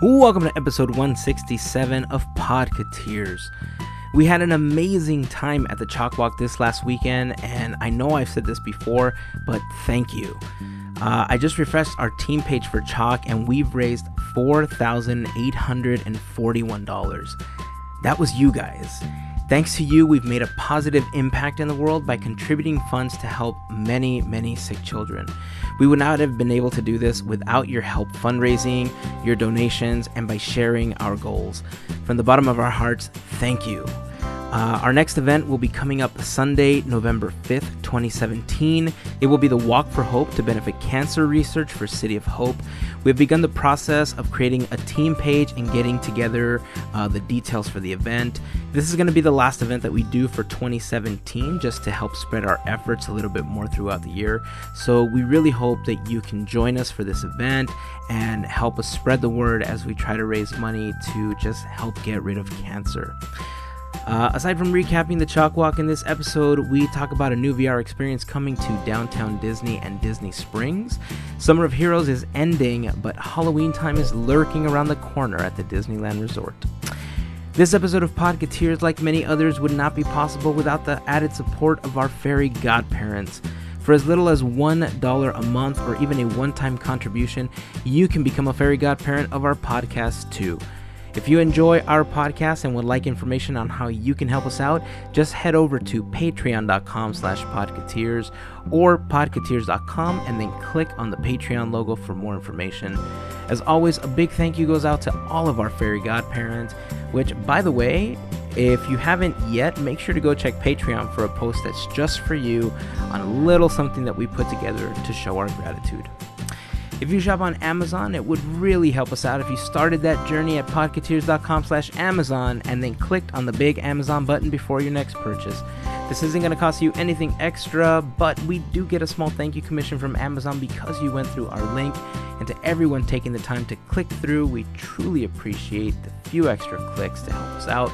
Welcome to episode 167 of Podcateers. We had an amazing time at the Chalk Walk this last weekend, and I know I've said this before, but thank you. Uh, I just refreshed our team page for Chalk, and we've raised $4,841. That was you guys. Thanks to you, we've made a positive impact in the world by contributing funds to help many, many sick children. We would not have been able to do this without your help fundraising, your donations, and by sharing our goals. From the bottom of our hearts, thank you. Uh, our next event will be coming up Sunday, November 5th, 2017. It will be the Walk for Hope to benefit cancer research for City of Hope. We have begun the process of creating a team page and getting together uh, the details for the event. This is going to be the last event that we do for 2017 just to help spread our efforts a little bit more throughout the year. So we really hope that you can join us for this event and help us spread the word as we try to raise money to just help get rid of cancer. Uh, aside from recapping the Chalk Walk in this episode, we talk about a new VR experience coming to downtown Disney and Disney Springs. Summer of Heroes is ending, but Halloween time is lurking around the corner at the Disneyland Resort. This episode of Podcateers, like many others, would not be possible without the added support of our fairy godparents. For as little as $1 a month or even a one time contribution, you can become a fairy godparent of our podcast too. If you enjoy our podcast and would like information on how you can help us out, just head over to patreon.com slash podcateers or podcateers.com and then click on the Patreon logo for more information. As always, a big thank you goes out to all of our fairy godparents, which, by the way, if you haven't yet, make sure to go check Patreon for a post that's just for you on a little something that we put together to show our gratitude. If you shop on Amazon, it would really help us out if you started that journey at podcateers.com slash Amazon and then clicked on the big Amazon button before your next purchase. This isn't going to cost you anything extra, but we do get a small thank you commission from Amazon because you went through our link. And to everyone taking the time to click through, we truly appreciate the few extra clicks to help us out.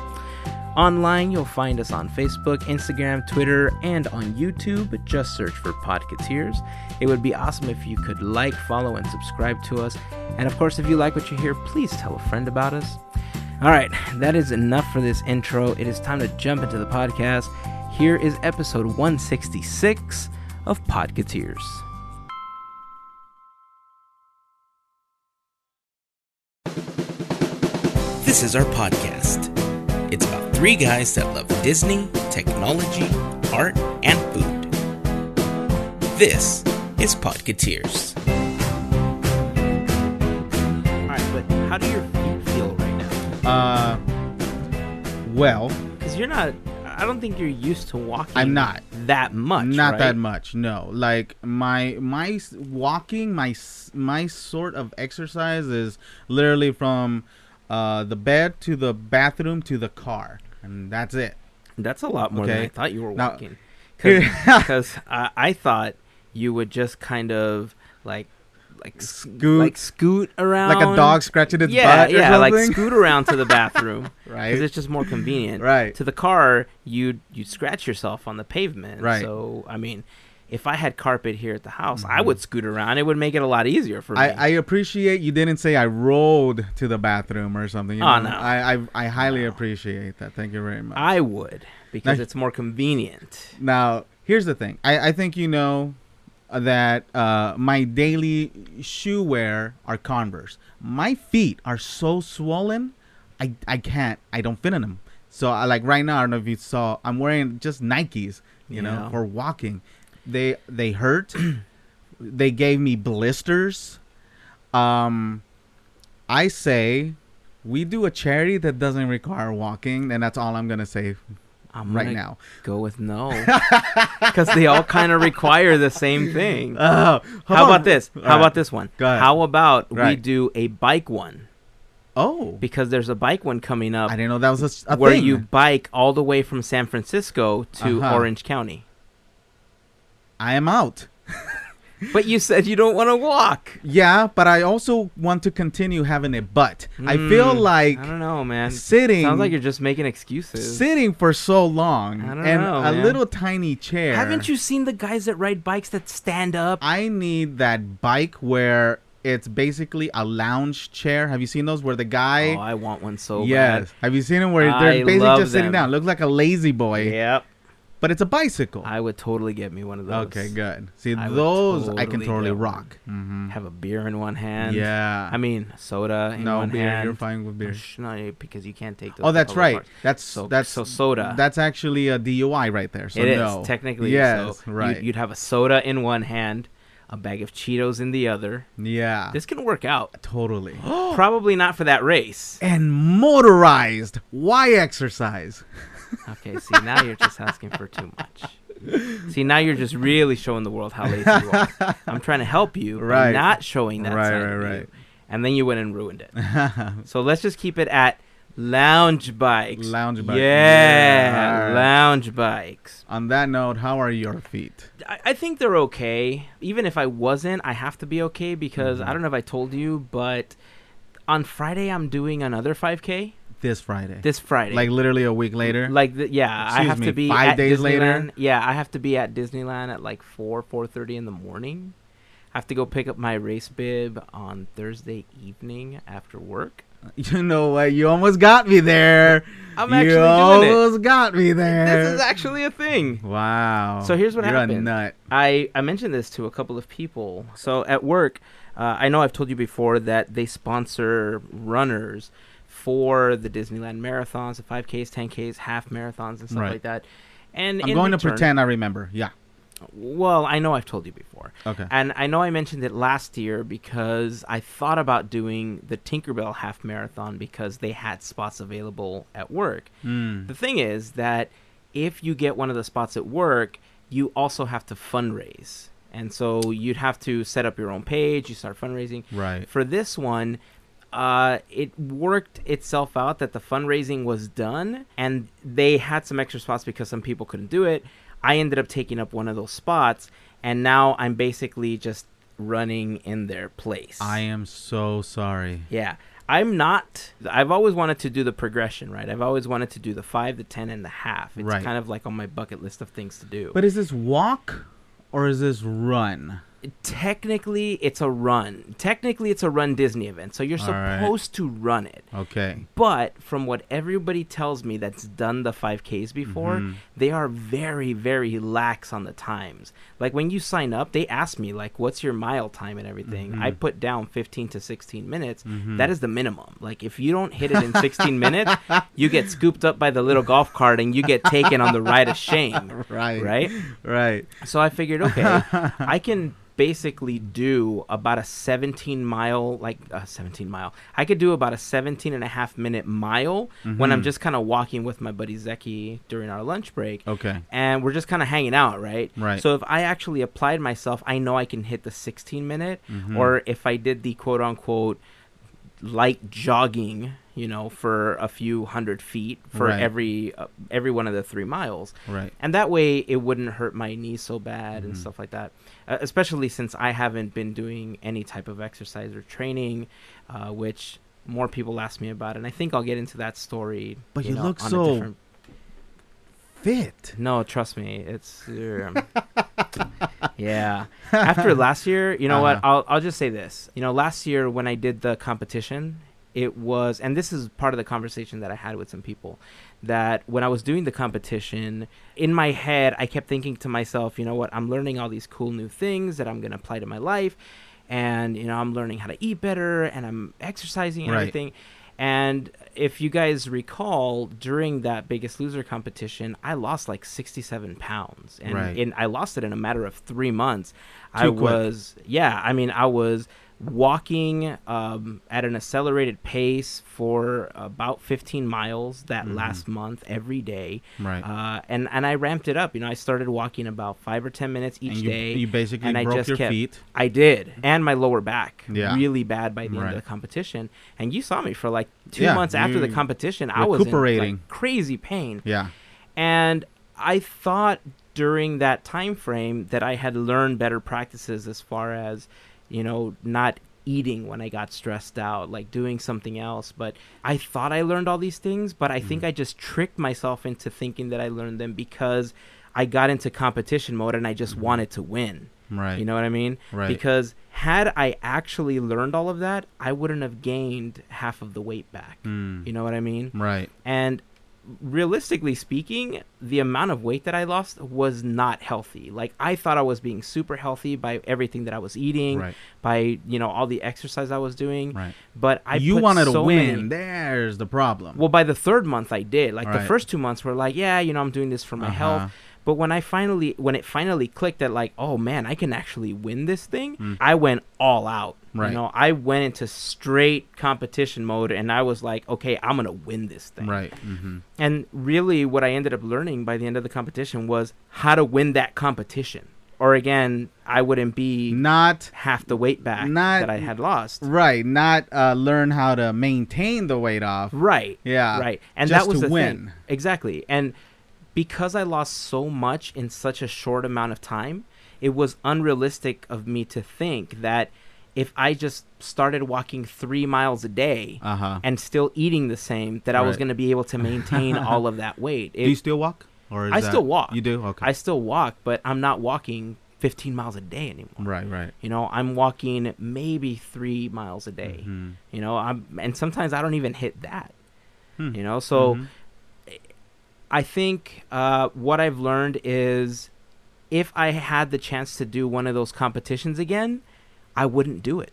Online, you'll find us on Facebook, Instagram, Twitter, and on YouTube. Just search for Podcateers. It would be awesome if you could like, follow, and subscribe to us. And of course, if you like what you hear, please tell a friend about us. All right, that is enough for this intro. It is time to jump into the podcast. Here is episode 166 of Podcateers. This is our podcast. It's about three guys that love Disney, technology, art, and food. This is Podcateers. All right, but how do your feet feel right now? Uh, well, Because you're not. I don't think you're used to walking. I'm not. that much. not right? that much. No, like my my s- walking, my s- my sort of exercise is literally from uh, the bed to the bathroom to the car, and that's it. That's a lot more than Okay. I thought you were Now- walking. Because I, I thought you would just kind of like like Scoot. like scoot around Like a dog scratching its Um, yeah, butt or yeah, like something. scoot around to the bathroom. because right? it's just more convenient. Right. To the car, you you scratch yourself on the pavement. Right. So I mean, if I had carpet here at the house, I would scoot around. It would make it a lot easier for me. Mm-hmm. I, I appreciate you didn't say I rolled to the bathroom or something. you Oh, know? no. I, I I highly appreciate that. Thank you very much. I would because Now- it's more convenient. Now, here's the thing. I, I think you know that uh, my daily shoe wear are Converse. My feet are so swollen, I, I can't. I don't fit in them. So, I, like right now, I don't know if you saw, I'm wearing just Nikes, you Yeah. know, for walking. They they hurt. they gave me blisters. Um, I say we do a charity that doesn't require walking, and that's all I'm gonna say I'm right gonna now. Go with no because they all kind of require the same thing. Oh, How about this? How All right. about this one? Go ahead. How about we Right. do a bike one Oh, because there's a bike one coming up I didn't know that was a, s- a where thing. you bike all the way from San Francisco to Uh-huh. Orange County. I am out. But you said you don't want to walk. Yeah, but I also want to continue having a butt. I feel Mm, like I don't know, man. sitting, Sounds like you're just making excuses. sitting for so long, I don't and know, a man. little tiny chair. Haven't you seen the guys that ride bikes that stand up? I need that bike where It's basically a lounge chair. Have you seen those where the guy? oh, I want one so yes. bad. Have you seen them where I they're basically love just sitting them. down? Looks like a lazy boy, Yep. but it's a bicycle. I would totally get me one of those. okay, good. See, I would those I can totally totally get one. rock. Mm-hmm. Have a beer in one hand. yeah. I mean, soda in no one beer. hand. You're fine with beer. Sh- No, because you can't take. Those Oh, to that's public right. parks. That's So that's so soda. That's actually a DUI right there. So It is no. technically. Yes, so right. You'd, you'd have a soda in one hand, a bag of Cheetos in the other. yeah. This can work out. totally. Probably not for that race. and motorized. Why exercise? Okay, see now you're just asking for too much. See now you're just really showing the world how lazy you are. I'm trying to help you, by Right. Not showing that Right, side right, of you. right. And then you went and ruined it. So let's just keep it at lounge bikes. Lounge bike. Yeah, Yeah. lounge bikes. On that note, how are your feet? I, I think they're okay. Even if I wasn't, I have to be okay because Mm-hmm. I don't know if I told you, but on Friday I'm doing another 5K. This Friday. This Friday, like literally a week later. like the, yeah, I Excuse have me, to be five at days Disneyland. later? Yeah, I have to be at Disneyland at like four four thirty in the morning. I have to go pick up my race bib on Thursday evening after work. you know what? You almost got me there. I'm you actually doing it. almost got me there. This is actually a thing. wow. So here's what You're happened. You're a nut. I, I mentioned this to a couple of people. So at work, uh, I know I've told you before that they sponsor runners for the Disneyland marathons, the 5Ks, 10Ks, half marathons, and stuff Right. like that. And I'm in going to return- pretend I remember. Yeah. Well, I know I've told you before. Okay. And I know I mentioned it last year because I thought about doing the Tinkerbell half marathon because they had spots available at work. Mm. The thing is that if you get one of the spots at work, you also have to fundraise. And so you'd have to set up your own page, you start fundraising. Right. For this one, uh, it worked itself out that the fundraising was done and they had some extra spots because some people couldn't do it. I ended up taking up one of those spots and now I'm basically just running in their place. I am so sorry. Yeah. I'm not. I've always wanted to do the progression, right? I've always wanted to do the five, the ten, and the half. It's Right. kind of like on my bucket list of things to do. But is this walk or is this run? technically, it's a run. Technically, it's a run Disney event, so you're All right. supposed to run it. Okay. But from what everybody tells me that's done the 5Ks before, Mhm. they are very, very lax on the times. Like when you sign up, they ask me, like, what's your mile time and everything. I put down 15 to 16 minutes. Mm-hmm. That is the minimum. Like if you don't hit it in 16 minutes, you get scooped up by the little golf cart and you get taken on the ride of shame. Right. Right? Right. So I figured, okay, I can basically do about a 17 mile, like a 17 mile. I could do about a 17 and a half minute mile when I'm Mhm. just kind of walking with my buddy Zeki during our lunch break. Okay. And we're just kind of hanging out, right? Right. So if I actually applied myself, I know I can hit the 16 minute. Mhm. Or if I did the quote unquote light jogging, you know, for a few hundred feet for Right. every uh, every one of the three miles right. and that way it wouldn't hurt my knee so bad and Mhm. stuff like that uh, especially since i haven't been doing any type of exercise or training uh, which more people ask me about and i think i'll get into that story But you know, look on a so- different- Fit. no trust me it's um, yeah after last year you know what I'll, I'll just say this you know last year when i did the competition it was and this is part of the conversation that i had with some people that when i was doing the competition in my head i kept thinking to myself you know what i'm learning all these cool new things that i'm going to apply to my life and you know i'm learning how to eat better and i'm exercising and Right. everything and if you guys recall during that biggest loser competition i lost like 67 pounds and Right. in, i lost it in a matter of three months I Too quick. was yeah, I mean I was walking um, at an accelerated pace for about 15 miles that Mhm. last month every day. Right. Uh, and and I ramped it up. You know, I started walking about five or ten minutes each and you, day. you basically and I broke just your kept- feet. I did, and my lower back Yeah. really bad by the end Right. of the competition. And you saw me for like two Yeah, months after the you- competition. I was in, like, recuperating. crazy pain Yeah. and i thought during that time frame that i had learned better practices as far as you know not eating when i got stressed out like doing something else but i thought i learned all these things but i Mm. think i just tricked myself into thinking that i learned them because i got into competition mode and i just wanted to win Mm. Right. You know what I mean? Right. Because had I actually learned all of that, I wouldn't have gained half of the weight back. Mm. You know what I mean? Right. And realistically speaking, the amount of weight that I lost was not healthy. Like I thought I was being super healthy by everything that I was eating, Right. by you know all the exercise I was doing. Right. But I you put wanted to so win. many- There's the problem. well, by the third month, I did. Like the Right. first two months were like, yeah, you know, I'm doing this for my health. Uh-huh. But when I finally, when it finally clicked that like, oh man, I can actually win this thing, I went all out. Mm. Right. You know, I went into straight competition mode, and I was like, okay, I'm gonna win this thing. Right. Mm-hmm. And really, what I ended up learning by the end of the competition was how to win that competition. Or again, I wouldn't be Not half the weight back Not- that I had lost. right. Not uh, learn how to maintain the weight off. Right. Yeah. Right. And just that was to the win. thing. Exactly. And because I lost so much in such a short amount of time, it was unrealistic of me to think that if I just started walking three miles a day Uh huh. and still eating the same, that I was Right. going to be able to maintain all of that weight. It- Do you still walk? Or is I that- still walk. You do. Okay. I still walk, but I'm not walking 15 miles a day anymore. Mm, right. Right. You know, I'm walking maybe three miles a day. Mhm. You know, I'm and sometimes I don't even hit that. Hmm. You know, so Mhm. I think uh, what I've learned is if I had the chance to do one of those competitions again, I wouldn't do it.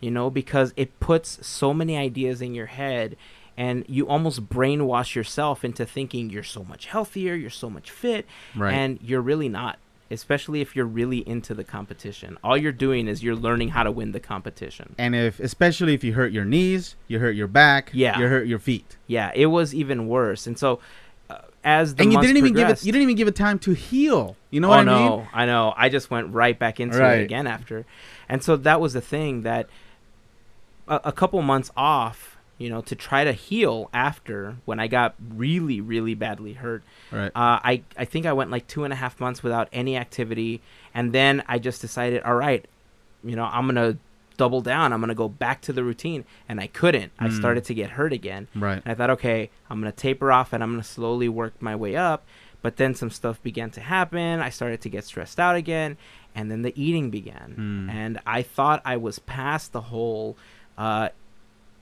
You know, because it puts so many ideas in your head and you almost brainwash yourself into thinking you're so much healthier, you're so much fit, Right. and you're really not. Especially if you're really into the competition. All you're doing is you're learning how to win the competition. and if especially if you hurt your knees, you hurt your back, Yeah. you hurt your feet, Yeah, it was even worse. And so uh, as the and you months didn't even give it. progressed- You didn't even give it time to heal. You know oh, what I no, mean? I know. I just went right back into Right. it again after. And so that was the thing that a, a couple months off, you know, to try to heal after when I got really, really badly hurt. Right. Uh, I, I think I went like two and a half months without any activity. And then I just decided, all right, you know, I'm going to double down. I'm going to go back to the routine. And I couldn't. I Mm. started to get hurt again. Right. And I thought, okay, I'm going to taper off and I'm going to slowly work my way up. But then some stuff began to happen. I started to get stressed out again. And then the eating began. Mm. And I thought I was past the whole uh,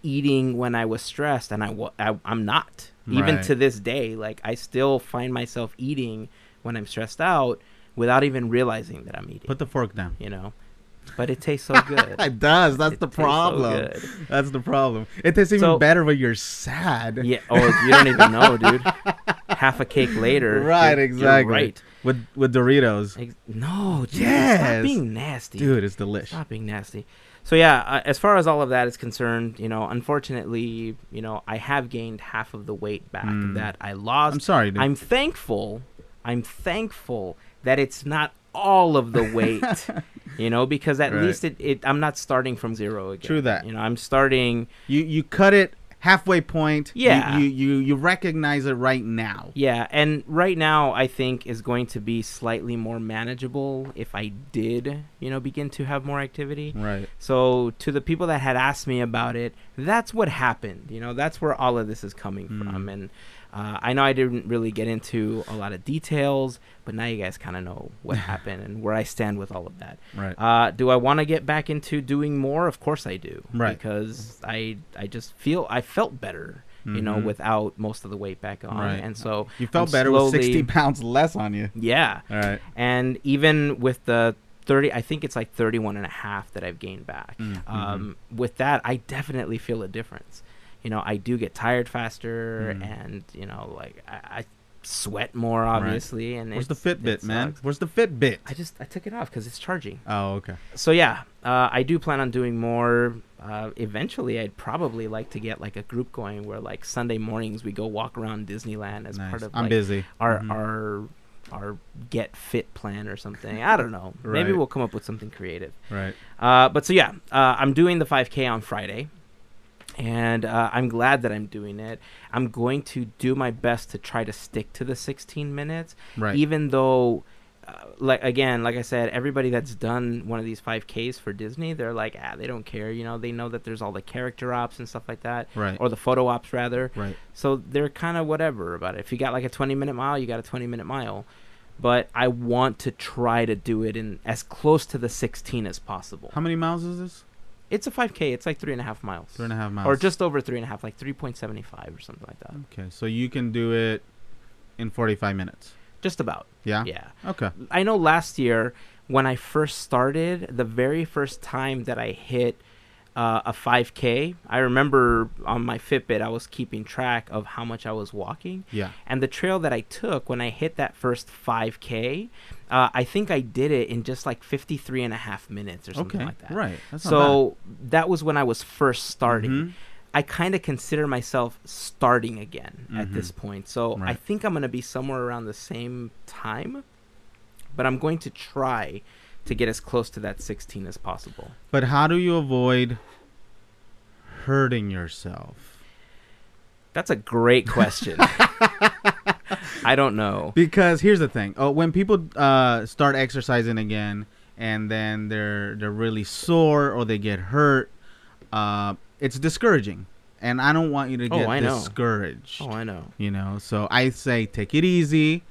eating when I was stressed. And I, wa- I, am not. Even Right. to this day, like I still find myself eating when I'm stressed out without even realizing that I'm eating, Put the fork down. you know? But it tastes so good. It does. That's It the tastes so problem. good. That's the problem. It tastes even So- better when you're sad. Yeah. Oh, you don't even know, dude. Half a cake later. Right, you're- you're exactly. right. With with Doritos. Ex- no, dude. Stop Yes. being nasty. Dude, it's delish. Stop being nasty. So yeah, uh, as far as all of that is concerned, you know, unfortunately, you know, I have gained half of the weight back Mm. that I lost. I'm sorry, dude. I'm thankful. I'm thankful that it's not all of the weight, you know, because at Right. least it, it I'm not starting from zero again. True that. You know, I'm starting you you cut it halfway point. You- Yeah. You you, you, recognize it right now. Yeah, and right now I think is going to be slightly more manageable if I did, you know, begin to have more activity. Right. So to the people that had asked me about it, that's what happened. You know, that's where all of this is coming Mm. from. And uh, I know I didn't really get into a lot of details, but now you guys kind of know what happened and where I stand with all of that. Right. Uh, do I want to get back into doing more? Of course I do. Right. Because I I just feel I felt better, you know, Mhm. without most of the weight back on, Right. and so you felt I'm better with slowly- 60 pounds less on you. yeah, All right. and even with the 30 i think it's like 31 and a half that i've gained back Mm, um, with that i definitely feel a difference you know i do get tired faster Mm. and you know like i, I sweat more obviously and Where's the it's- it Fitbit, man? sucks. Where's the Fitbit? i just i took it off because it's charging Oh, okay. so yeah uh, i do plan on doing more uh, eventually i'd probably like to get like a group going where like sunday mornings we go walk around disneyland as nice. part of I'm like, busy. our Mhm. our our get fit plan or something. I don't know. Maybe Right. we'll come up with something creative. right. Uh, but so yeah, uh, I'm doing the 5K on Friday, and uh, I'm glad that I'm doing it. I'm going to do my best to try to stick to the 16 minutes, Right. even though. Uh, like again, like I said, everybody that's done one of these 5Ks for Disney, they're like, ah, they don't care. You know, they know that there's all the character ops and stuff like that, right. or the photo ops rather. right. So they're kind of whatever about it. If you got like a 20 minute mile, you got a 20 minute mile. but I want to try to do it in as close to the 16 as possible. How many miles is this? It's a 5K. It's like three and a half miles, Three and a half miles. Mm. or just over three and a half, like 3.75 or something like that. Okay, so you can do it in 45 minutes. Just about. Yeah. Yeah. Okay. I know last year when I first started, the very first time that I hit uh, a 5K, I remember on my Fitbit I was keeping track of how much I was walking, Yeah. and the trail that I took when I hit that first 5K, uh, I think I did it in just like 53 and a half minutes or something Okay. like that. Right. That's not so that was when I was first bad. starting. Mhm. I kind of consider myself starting again at this point. So I Mm-hmm. Right. think I'm going to be somewhere around the same time, but I'm going to try to get as close to that 16 as possible. But how do you avoid hurting yourself? That's a great question. I don't know. Because here's the thing: oh, when people uh, start exercising again, and then they're they're really sore or they get hurt, uh, it's discouraging. And I don't want you to Oh, get I know. discouraged. Oh, I know. You know, so I say take it easy.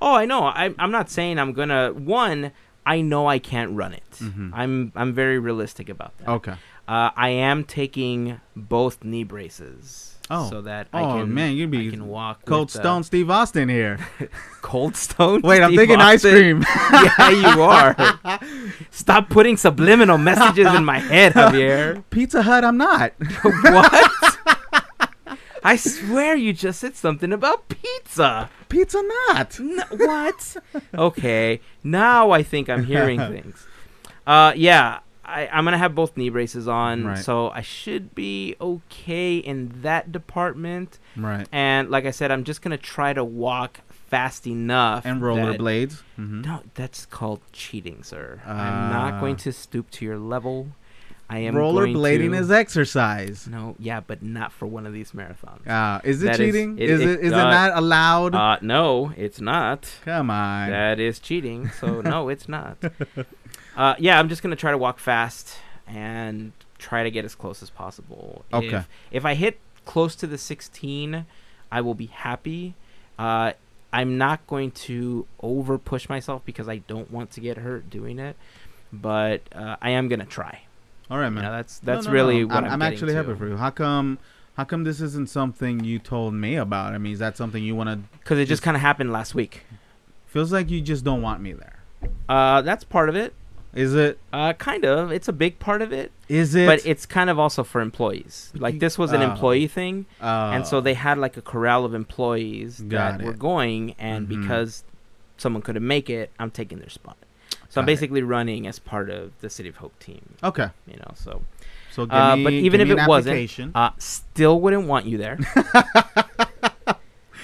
Oh, I know. I, I'm not saying I'm going to. One, I know I can't run it. Mhm. I'm I'm very realistic about that. Okay. Uh, I am taking both knee braces. Oh. So that I Oh can, man, you'd I be can walk. Cold with the- Stone Steve Austin here. Cold Stone. Wait, I'm uh, Steve thinking ice Austin? cream. yeah, you are. Stop putting subliminal messages in my head, Javier. Pizza Hut, I'm not. what? I swear you just said something about pizza. Pizza not. N- what? Okay, now I think I'm hearing things. Uh, yeah, I, I'm gonna have both knee braces on, Right. so I should be okay in that department. Right. And like I said, I'm just gonna try to walk fast enough And that- rollerblades. Mm-hmm. No, that's called cheating, sir. I'm not Ah. going to stoop to your level. I am going Rollerblading to- is exercise. no, yeah, but not for one of these marathons. Uh, is it That is- cheating? it- Is it it is it does- not allowed? Uh, no, it's not. Come on. That is cheating. So no, it's not. Uh, yeah, I'm just gonna try to walk fast and try to get as close as possible. Okay. If, if I hit close to the 16, I will be happy. Uh, I'm not going to over push myself because I don't want to get hurt doing it, but uh, I am gonna try. All right, You man. know, that's that's No, no, really no. what I'm, I'm, getting actually to. happy for you. How come? How come this isn't something you told me about? I mean, is that something you want to? because it just kind of happened last week. Feels like you just don't want me there. Uh, that's part of it. Is it? Uh, kind of. It's a big part of it, Is it? but it's kind of also for employees. Like this was an Oh. employee thing, uh, and so they had like a corral of employees Got that were it. going, and Mhm. because someone couldn't make it, I'm taking their spot. So I'm Got it. basically running as part of the City of Hope team. Okay. You know, so So give Uh, me, but give even me if an it wasn't, application. uh, still wouldn't want you there.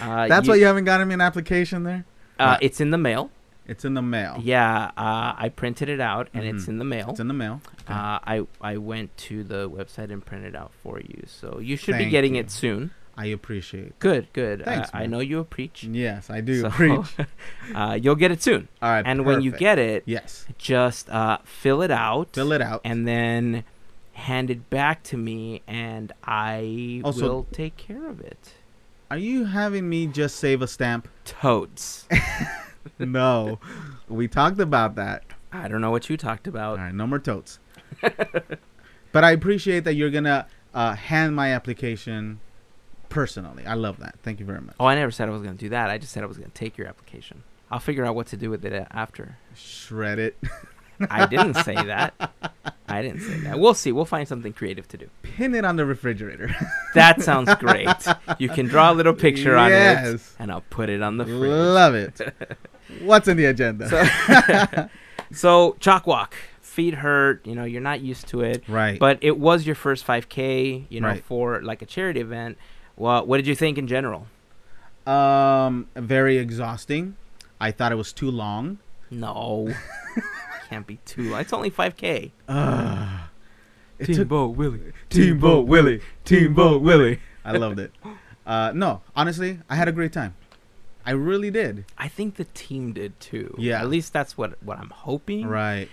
Uh, that's why you haven't gotten me an application there. Uh, it's in the mail. It's in the mail. Yeah, uh, I printed it out, and it's Mhm. in the mail. Oh. It's in the mail. Okay. Uh, I I went to the website and printed out for you, so you should be Thank getting you. it soon. I appreciate. it. Good, good. I- Thanks, I, man. know you a preach. Yes, I do. so, Preach. uh, you'll get it soon, All right. and when you perfect. get it, yes, just uh, fill it out, fill it out. and then hand it back to me, and I Also- will take care of it. Are you having me just save a stamp? Toads. no, we talked about that. I don't know what you talked about. All right, no more totes. but I appreciate that you're gonna uh, hand my application personally. I love that. Thank you very much. Oh, I never said I was going to do that. I just said I was going to take your application. I'll figure out what to do with it a- after. Shred it. I didn't say that. I didn't say that. We'll see. We'll find something creative to do. Pin it on the refrigerator. That sounds great. You can draw a little picture on it, Yes. and I'll put it on the fridge. Love it. What's in the agenda? So chalk walk, feet hurt. You know, you're not used to it, right. but it was your first 5K. You know, Right. for like a charity event. Well, what did you think in general? um, very exhausting. I thought it was too long. No, can't be too. long. It's only 5K. Ugh. it took Bo Willie. Boat Willie. Bo Willie. I loved it. Uh, no, honestly, I had a great time. I really did. I think the team did too. Yeah. at least that's what what I'm hoping. Right.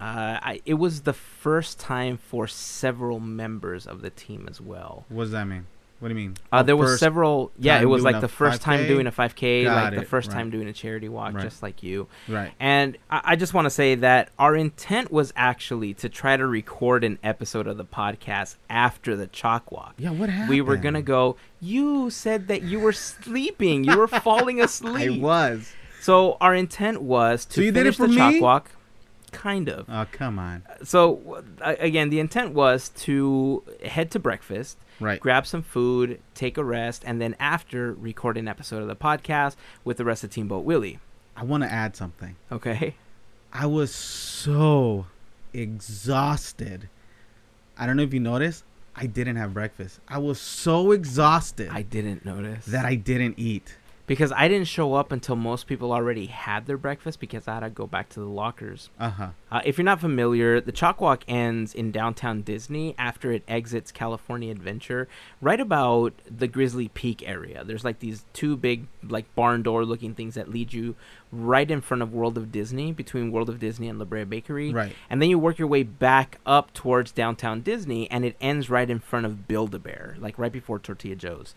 Uh, I, it was the first time for several members of the team as well. What does that mean? What do you mean? Uh, Oh, there was first- several. Yeah, it time was doing like a the first time 5K? doing a 5K, Got like the it, first right. time doing a charity walk, Right. just like you. right. And I, I just want to say that our intent was actually to try to record an episode of the podcast after the chalk walk. Yeah, what happened? We were gonna go. You said that you were sleeping. You were falling I asleep. was. So our intent was to So you did finish it for the chalk me? walk, kind of. Oh, come on. So w- a- again, the intent was to head to breakfast, Right. grab some food, take a rest, and then after record an episode of the podcast with the rest of Team Boat Willie. I want to add something. Okay. I was so exhausted. I don't know if you noticed, I didn't have breakfast. I was so exhausted I didn't notice that I didn't eat. because I didn't show up until most people already had their breakfast because I had to go back to the lockers. Uh huh. Uh, if you're not familiar, the Chalk Walk ends in downtown Disney after it exits California Adventure, right about the Grizzly Peak area. There's like these two big, like barn door looking things that lead you right in front of World of Disney, between World of Disney and La Brea Bakery. Right. And then you work your way back up towards downtown Disney, and it ends right in front of Build a Bear, like right before Tortilla Joe's.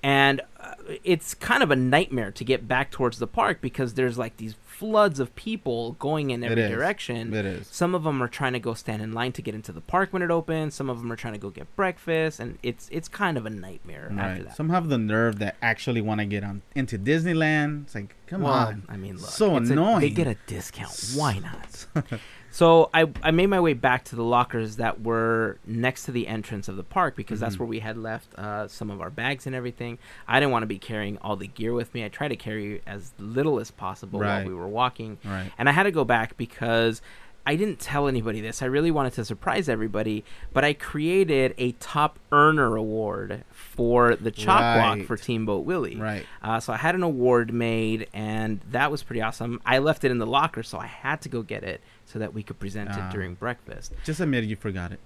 And uh, it's kind of a nightmare to get back towards the park because there's like these floods of people going in It every is. direction. It is. Some of them are trying to go stand in line to get into the park when it opens. Some of them are trying to go get breakfast, and it's it's kind of a nightmare after Right. that. Some have the nerve that actually want to get on into Disneyland. It's like, come Well, on. I mean, look, So it's a- they annoying. get a discount. Why not? so I I made my way back to the lockers that were next to the entrance of the park because that's Mhm. where we had left uh, some of our bags and everything. I didn't want to be carrying all the gear with me. I tried to carry as little as possible while Right. we were walking. Right. And I had to go back because I didn't tell anybody this. I really wanted to surprise everybody, but I created a top earner award for the chalk walk Right. for Team Boat Willie. Right. Uh, so I had an award made, and that was pretty awesome. I left it in the locker, so I had to go get it so that we could present Ah. it during breakfast. Just admit you forgot it.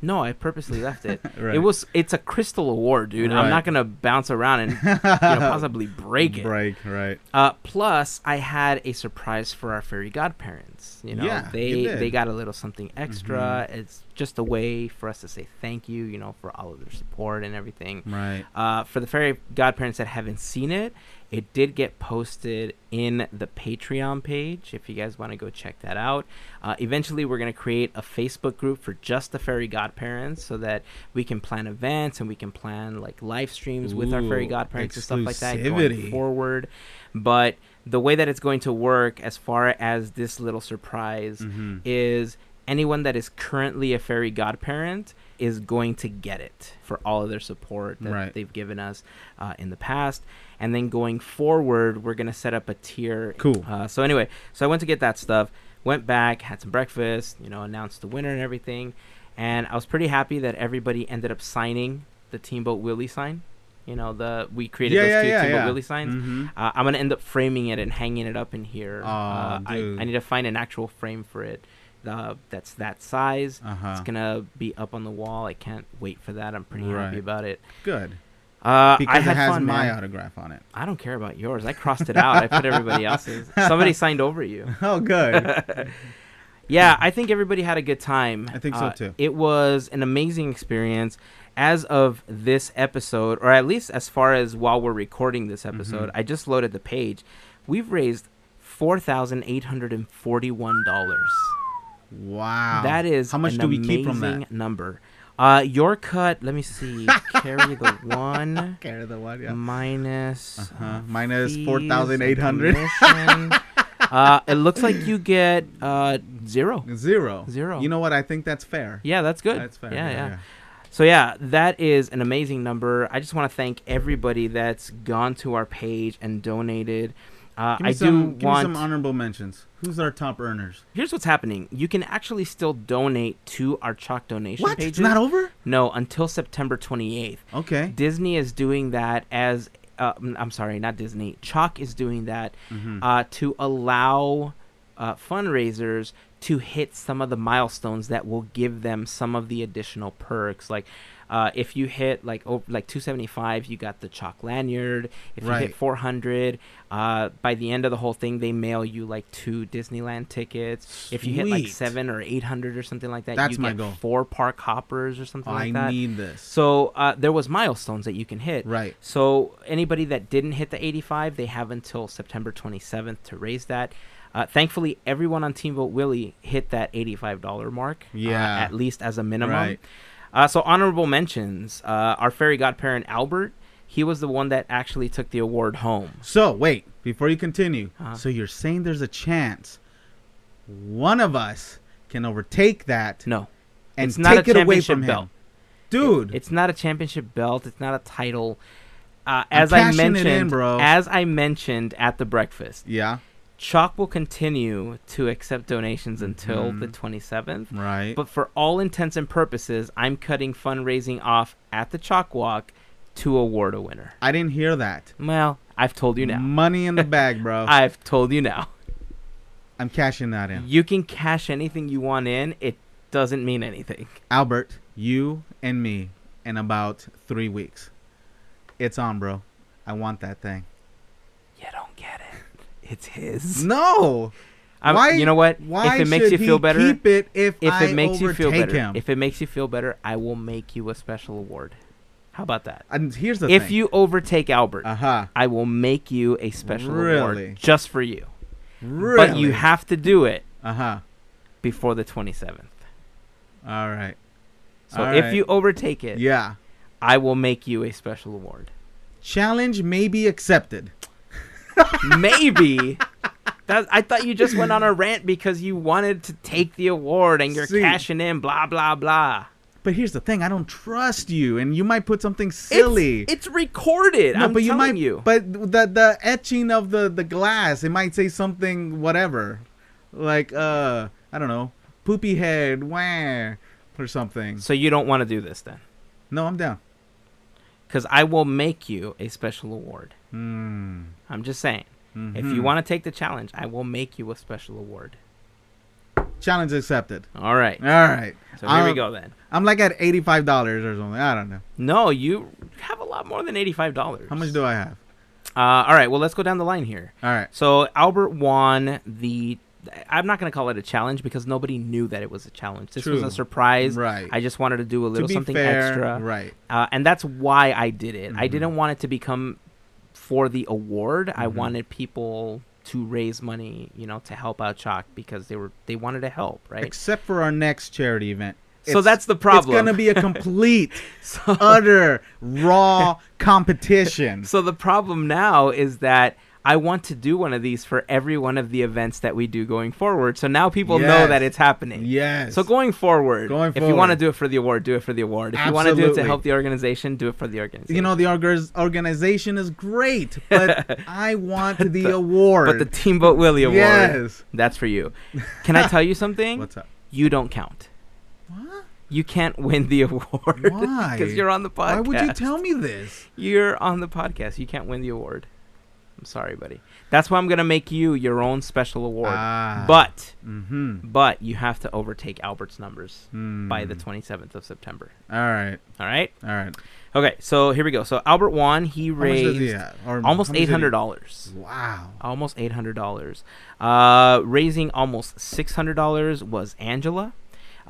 No, I purposely left it. Right. It was it's a crystal award, dude. I'm Right. not gonna bounce around and you know, possibly break it. Break. Right. Uh, plus, I had a surprise for our fairy godparents. You know, Yeah, they you did. Mm-hmm. they got a little something extra. It's just a way for us to say thank you. You know, for all of their support and everything. Right. Uh, for the fairy godparents that haven't seen it, it did get posted in the Patreon page. If you guys want to go check that out, uh, eventually we're going to create a Facebook group for just the fairy godparents, so that we can plan events and we can plan like live streams with our fairy Ooh, godparents and stuff like that going exclusivity. forward. But the way that it's going to work, as far as this little surprise, Mhm. is anyone that is currently a fairy godparent is going to get it for all of their support that Right. they've given us uh, in the past. And then going forward, we're going to set up a tier. Cool. Uh, so, anyway, so I went to get that stuff, went back, had some breakfast, you know, announced the winner and everything. And I was pretty happy that everybody ended up signing the Team Boat Willie sign. You know, the we created Yeah, those yeah, two yeah, Team Boat yeah. Willie signs. Mm-hmm. Uh, I'm gonna end up framing it and hanging it up in here. uh, Aw, I, dude. I need to find an actual frame for it uh, that's that size. Uh huh. It's gonna be up on the wall. I can't wait for that. I'm pretty happy Right. about it. Good. Uh, I Because had it has fun, my man. autograph on it. I don't care about yours. I crossed it out. I put everybody else's. Somebody signed over you. Oh, good. Yeah, I think everybody had a good time. Uh, I think so, too. It was an amazing experience. As of this episode, or at least as far as while we're recording this Mm-hmm. episode, I just loaded the page. We've raised four thousand eight hundred and forty-one dollars. Wow. That is how much an do we keep from amazing that? number? Uh, your cut. Let me see. Carry the one Carry the one, yeah. minus Uh-huh. uh, Minus fees, 4,800. commission. uh, it looks like you get uh, zero. Zero. Zero. You know what? I think that's fair. Yeah, that's good. That's fair. Yeah, yeah, So yeah, that is an amazing number. I just want to thank everybody that's gone to our page and donated. Uh, Give me I some, do give want. me some honorable mentions. Who's our top earners? Here's what's happening. You can actually still donate to our chalk donation What? pages. It's not over? no, until September 28th. Okay. Disney is doing that as uh, mm, I'm sorry, not Disney. Chalk is doing that Mhm. uh, to allow uh, fundraisers to hit some of the milestones that will give them some of the additional perks, like Uh, if you hit like oh, like 275, you got the chalk lanyard. If you Right. hit 400, uh, by the end of the whole thing, they mail you like two Disneyland tickets. If you hit like Sweet. seven or 800 or something like that, you That's my get goal. four park hoppers or something like Oh, I that. need this. So uh, there was milestones that you can hit. Right. So anybody that didn't hit the 85, they have until September 27th to raise that. Uh, thankfully, everyone on Team Vote Willie hit that $85 mark. uh, Yeah. at least as a minimum. Right. Uh, so honorable mentions. Uh, our fairy godparent Albert, he was the one that actually took the award home. So wait, before you continue, Uh-huh. so you're saying there's a chance one of us can overtake that No, and it's not a take it away championship from belt. him, dude. it's not a championship belt. It's not a title. Uh, I'm as I cashing it in, mentioned, bro. as I mentioned at the breakfast, yeah, Chalk will continue to accept donations until the Mhm. 27th. right. But for all intents and purposes, I'm cutting fundraising off at the Chalk Walk to award a winner. I didn't hear that. Well, I've told you now. Money in the bag, bro. I, I've told you now. am cashing that in. You can cash anything you want in, it doesn't mean anything. Albert, you and me in about three weeks. It's on, bro. I want that thing. You don't get it. It's his. No. I'm- Mm, Why- you know what? Why if it makes should you he feel better, keep it if, if I it makes you feel overtake better, him? if it makes you feel better, I will make you a special award. How about that? and here's the If thing. you overtake Albert, uh huh, I will make you a special Really? award just for you. really, But you have to do it uh huh. before the 27th. All right. So All if right. you overtake it, Yeah. I will make you a special award. Challenge may be accepted. Maybe. That, I thought you just went on a rant because you wanted to take the award and you're See. cashing in, blah, blah, blah. But here's the thing: I don't trust you, and you might put something silly. It's, it's recorded. I'm but telling you might. you. But the the etching of the the glass, it might say something whatever, like uh, I don't know, poopy head, wah, or something. so you don't want to do this then? No, I'm down. Because I will make you a special award. Mm. I'm just saying. If you Mhm. want to take the challenge, I will make you a special award. challenge accepted. All right. All right. So here we Um, go then. I'm like at eighty five dollars or something. I don't know. No, you have a lot more than eighty-five dollars. How much do I have? Uh, all right, well, let's go down the line here. All right. So Albert won the. I'm not going to call it a challenge because nobody knew that it was a challenge. This was True. a surprise. Right. I just wanted to do a little something extra, Right. uh, and that's why I did it. I Mhm. didn't want it to become for the award. I Mhm. wanted people to raise money, you know, to help out Chalk because they were they wanted to help, right? Except for our next charity event. so It's- that's the problem. It's gonna um, be a complete, so, utter, raw competition. So the problem now is that I want to do one of these for every one of the events that we do going forward. So now people know Yes. that it's happening. Yes. So going forward, Going if you want to forward. do it for the award, do it for the award. If you want to do it to Absolutely. help the organization, do it for the organization. you know the org- organization is great, but I want the, award. but the Team Boat Willie award, Yes. that's for you. Can I tell you something? What's up? you don't count. What? You can't win the award Why? because you're on the podcast. Why would you tell me this? You're on the podcast. You can't win the award. I'm sorry, buddy. That's why I'm gonna make you your own special award. Ah. But Mm-hmm. but you have to overtake Albert's numbers by the Mm. 27th of September. All right. All right. All right. Okay. So here we go. So Albert won. He How much does he raised have? Or almost how much did eight he- hundred dollars. Wow. Almost eight hundred dollars. Uh, raising almost six hundred dollars was Angela.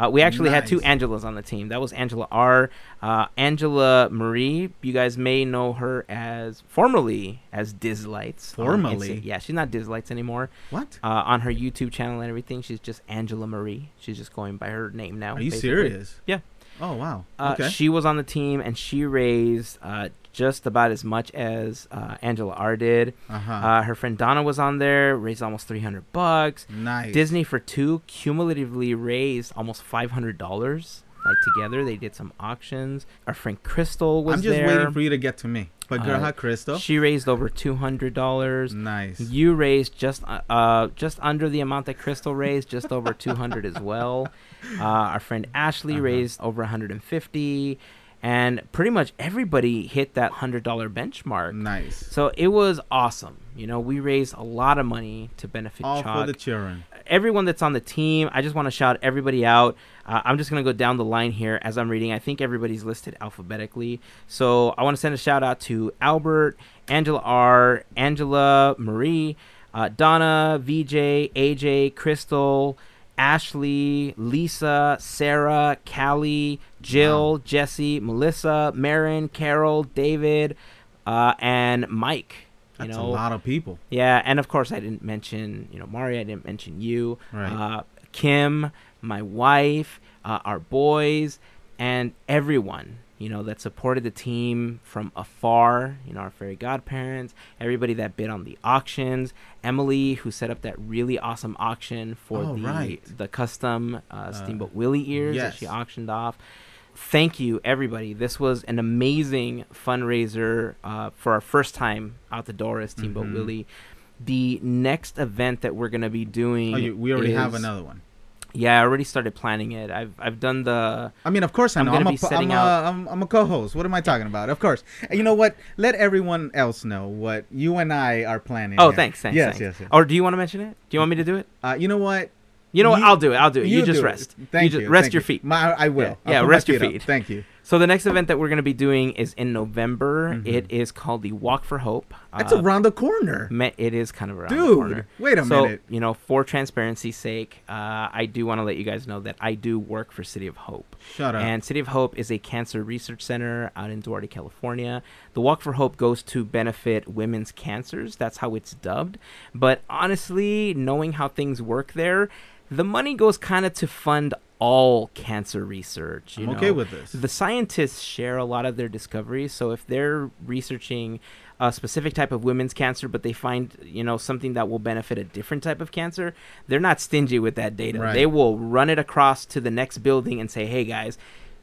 Uh, we actually had two Nice. Angelas on the team. That was Angela R. Uh, Angela Marie. You guys may know her as formerly as Dizlights. on Formerly? Insta- yeah, she's not Dizlights anymore. What? uh, on her YouTube channel and everything. She's just Angela Marie. She's just going by her name now. Are you basically. serious? Yeah. Oh wow. Uh, okay. She was on the team and she raised uh, just about as much as uh, Angela R did. uh-huh. Uh, her friend Donna was on there, raised almost three hundred bucks. nice. Disney for two cumulatively raised almost five hundred dollars. Like together, they did some auctions. Our friend Crystal was I'm just there. waiting for you to get to me. But girl, Uh, hi, Crystal. she raised over two hundred dollars. nice. You raised just uh, uh just under the amount that Crystal raised, just over 200 as well. Uh, our friend Ashley Uh-huh. raised over 150, and pretty much everybody hit that hundred dollar benchmark. nice. So it was awesome. You know, we raised a lot of money to benefit All Chalk. for the children. everyone that's on the team. I just want to shout everybody out. Uh, I'm just going to go down the line here as I'm reading. I think everybody's listed alphabetically. So I want to send a shout out to Albert, Angela R., Angela Marie, uh, Donna, VJ, AJ, Crystal, Ashley, Lisa, Sarah, Callie, Jill, Jesse, Melissa, Marin, Carol, David, uh, and Mike. You That's know, a lot of people. yeah, and of course I didn't mention you know Mari. I didn't mention you, Right. uh, Kim, my wife, uh, our boys, and everyone you know that supported the team from afar. You know our fairy godparents, everybody that bid on the auctions, Emily who set up that really awesome auction for Oh, the right. the custom uh, Steamboat Willie ears that she yes. auctioned off. Thank you, everybody. This was an amazing fundraiser uh, for our first time out the door as Steamboat Mhm. Willie. The next event that we're going to be doing. Oh, you, we already have is- another one. Yeah, I already started planning it. I've, I've done the. I mean, of course I I'm know. gonna I'm, a, be po- setting I'm, a, out- I'm, I'm a co-host. What am I talking about? Of course. And You know what? Let everyone else know what you and I are planning. Oh, here. thanks, thanks. Yes, thanks. yes, yes. Or do you want to mention it? Do you want me to do it? Uh, you know what? You know what? You- I'll do it. I'll do it. You, just do it. rest. Thank you. you. Just rest Thank your you. feet. My, I will. Yeah. I'll Yeah, put my rest your up. feet. Thank you. So the next event that we're going to be doing is in November. Mhm. It is called the Walk for Hope. That's Uh, around the corner, me- It is kind of around the corner. dude. Wait a so, minute. you know, for transparency's sake, uh, I do want to let you guys know that I do work for City of Hope. Shut up. And City of Hope is a cancer research center out in Duarte, California. The Walk for Hope goes to benefit women's cancers. That's how it's dubbed. But honestly, knowing how things work there, the money goes kind of to fund all cancer research. You I'm know? okay with this. The scientists share a lot of their discoveries. So if they're researching a specific type of women's cancer, but they find you know something that will benefit a different type of cancer, they're not stingy with that data. Right. They will run it across to the next building and say, "Hey guys,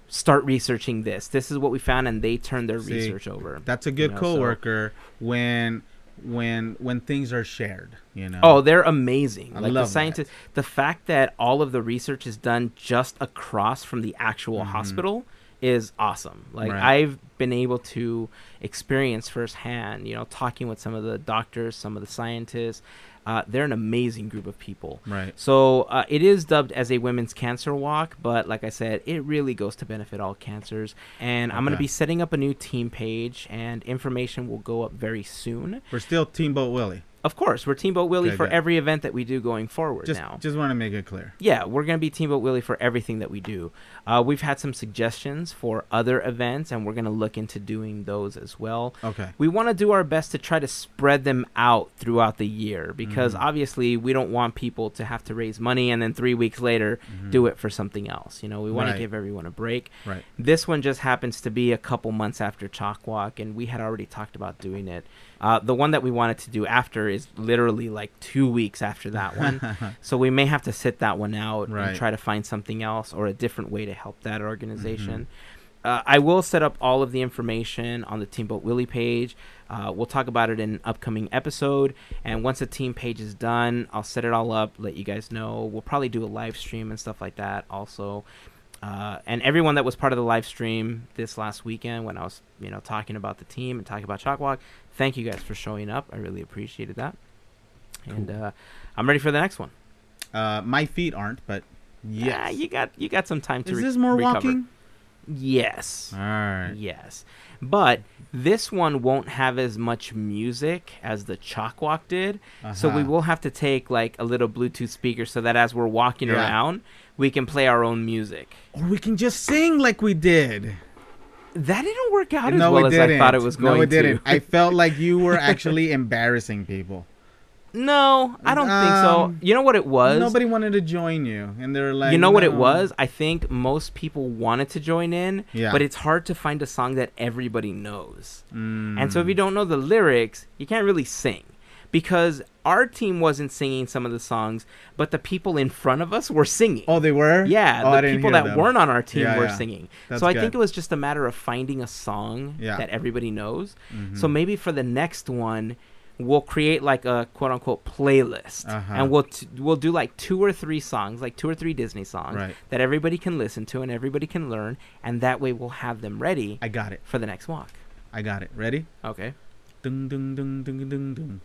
start researching this. This is what we found," and they turn their See, research over. That's a good know, so- coworker when when when things are shared. You know. Oh, they're amazing. I like love the that. scientists, the fact that all of the research is done just across from the actual Mhm. hospital is awesome. Like Right. I've been able to experience firsthand, you know, talking with some of the doctors, some of the scientists. Uh, they're an amazing group of people. Right. So uh, it is dubbed as a women's cancer walk, but like I said, it really goes to benefit all cancers. And I'm going to Okay. be setting up a new team page, and information will go up very soon. We're still Teamboat Willie. Of course, we're Teamboat Willie Okay, for good. every event that we do going forward Just now. just want to make it clear. yeah, we're going to be Teamboat Willie for everything that we do. Uh, we've had some suggestions for other events, and we're going to look into doing those as well. Okay. We want to do our best to try to spread them out throughout the year because Mhm. obviously we don't want people to have to raise money and then three weeks later do it for something else. You know, we want Mm. Right. to give everyone a break. Right. This one just happens to be a couple months after Chalk Walk, and we had already talked about doing it. Uh, the one that we wanted to do after is literally like two weeks after that one. Mm-hmm. so we may have to sit that one out Right. and try to find something else or a different way to help that organization. Uh, I will set up all of the information on the Teamboat Willie page. Uh, we'll talk about it in an upcoming episode. And once the team page is done, I'll set it all up, let you guys know. We'll probably do a live stream and stuff like that also. Uh, and everyone that was part of the live stream this last weekend when I was, you know, talking about the team and talking about Chalk Walk, thank you guys for showing up. I really appreciated that. And uh, I'm ready for the next one. Uh, my feet aren't, but Yeah, yes. Ah, you got you got some time to. Is re- this more recover. walking? Yes. All right. Yes. But this one won't have as much music as the Chalk Walk did. So we Uh-huh. will have to take like a little Bluetooth speaker so that as we're walking Yeah. around, we can play our own music. Or we can just sing like we did. That didn't work out as no, well it as didn't. I thought it was going No, it didn't. to. I felt like you were actually embarrassing people. No, I don't think Um, so. You know what it was? Nobody wanted to join you, and they were like, you know what it "No." was? I think most people wanted to join in, Yeah. but it's hard to find a song that everybody knows. Mm. And so if you don't know the lyrics, you can't really sing because our team wasn't singing some of the songs, but the people in front of us were singing. Oh, they were. yeah, Oh, I the didn't people hear that them. weren't on our team Yeah, were yeah. singing. That's so I good. think it was just a matter of finding a song Yeah. that everybody knows. Mhm. So maybe for the next one, we'll create like a quote unquote playlist, Uh-huh. and we'll t- we'll do like two or three songs, like two or three Disney songs Right. that everybody can listen to and everybody can learn, and that way we'll have them ready I got it. for the next walk. I got it. Ready? Okay. Dung dung dung dung dung dung.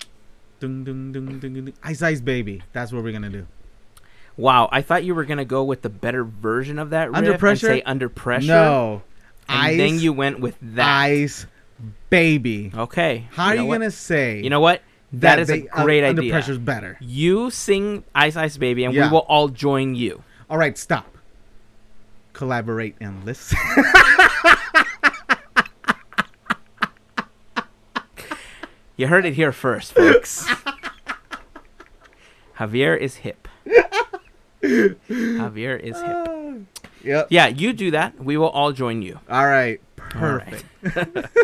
Dung dung dung dung dung. dung. Ice Ice Baby. That's what we're gonna do. Wow, I thought you were gonna go with the better version of that. riff Under and Pressure? say under pressure. No, and ice, then you went with that. ice, baby. okay. How are know you what? gonna say? You know what? that is they- uh, a great Under idea. pressure's better. You sing Ice Ice Baby, and Yeah. we will all join you. All right, stop. Collaborate and listen. You heard it here first, folks. Javier is hip. Javier is hip. yep. Yeah, you do that. We will all join you. All right. All right. Perfect.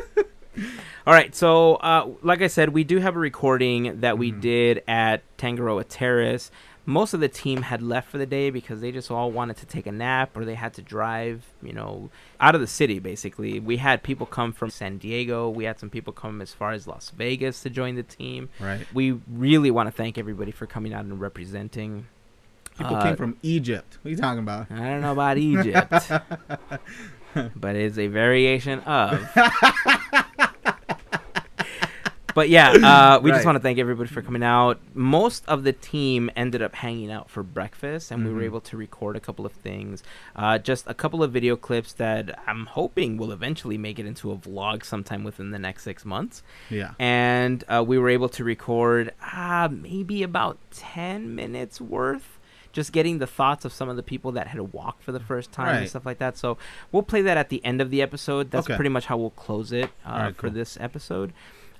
All right. So, uh, like I said, we do have a recording that we did at Tangaroa Terrace. Most of the team had left for the day because they just all wanted to take a nap or they had to drive, you know, out of the city, basically. We had people come from San Diego. We had some people come as far as Las Vegas to join the team. Right. We really want to thank everybody for coming out and representing. People Uh, came from Egypt. What are you talking about? I don't know about Egypt, but it's a variation of. but yeah, uh, we just Right. want to thank everybody for coming out. Most of the team ended up hanging out for breakfast, and we were Mhm. able to record a couple of things, uh, just a couple of video clips that I'm hoping will eventually make it into a vlog sometime within the next six months Yeah. and uh, we were able to record uh, maybe about 10 minutes worth just getting the thoughts of some of the people that had walked for the first time and Right. stuff like that so we'll play that at the end of the episode that's Okay. pretty much how we'll close it uh, Alright, for cool. this episode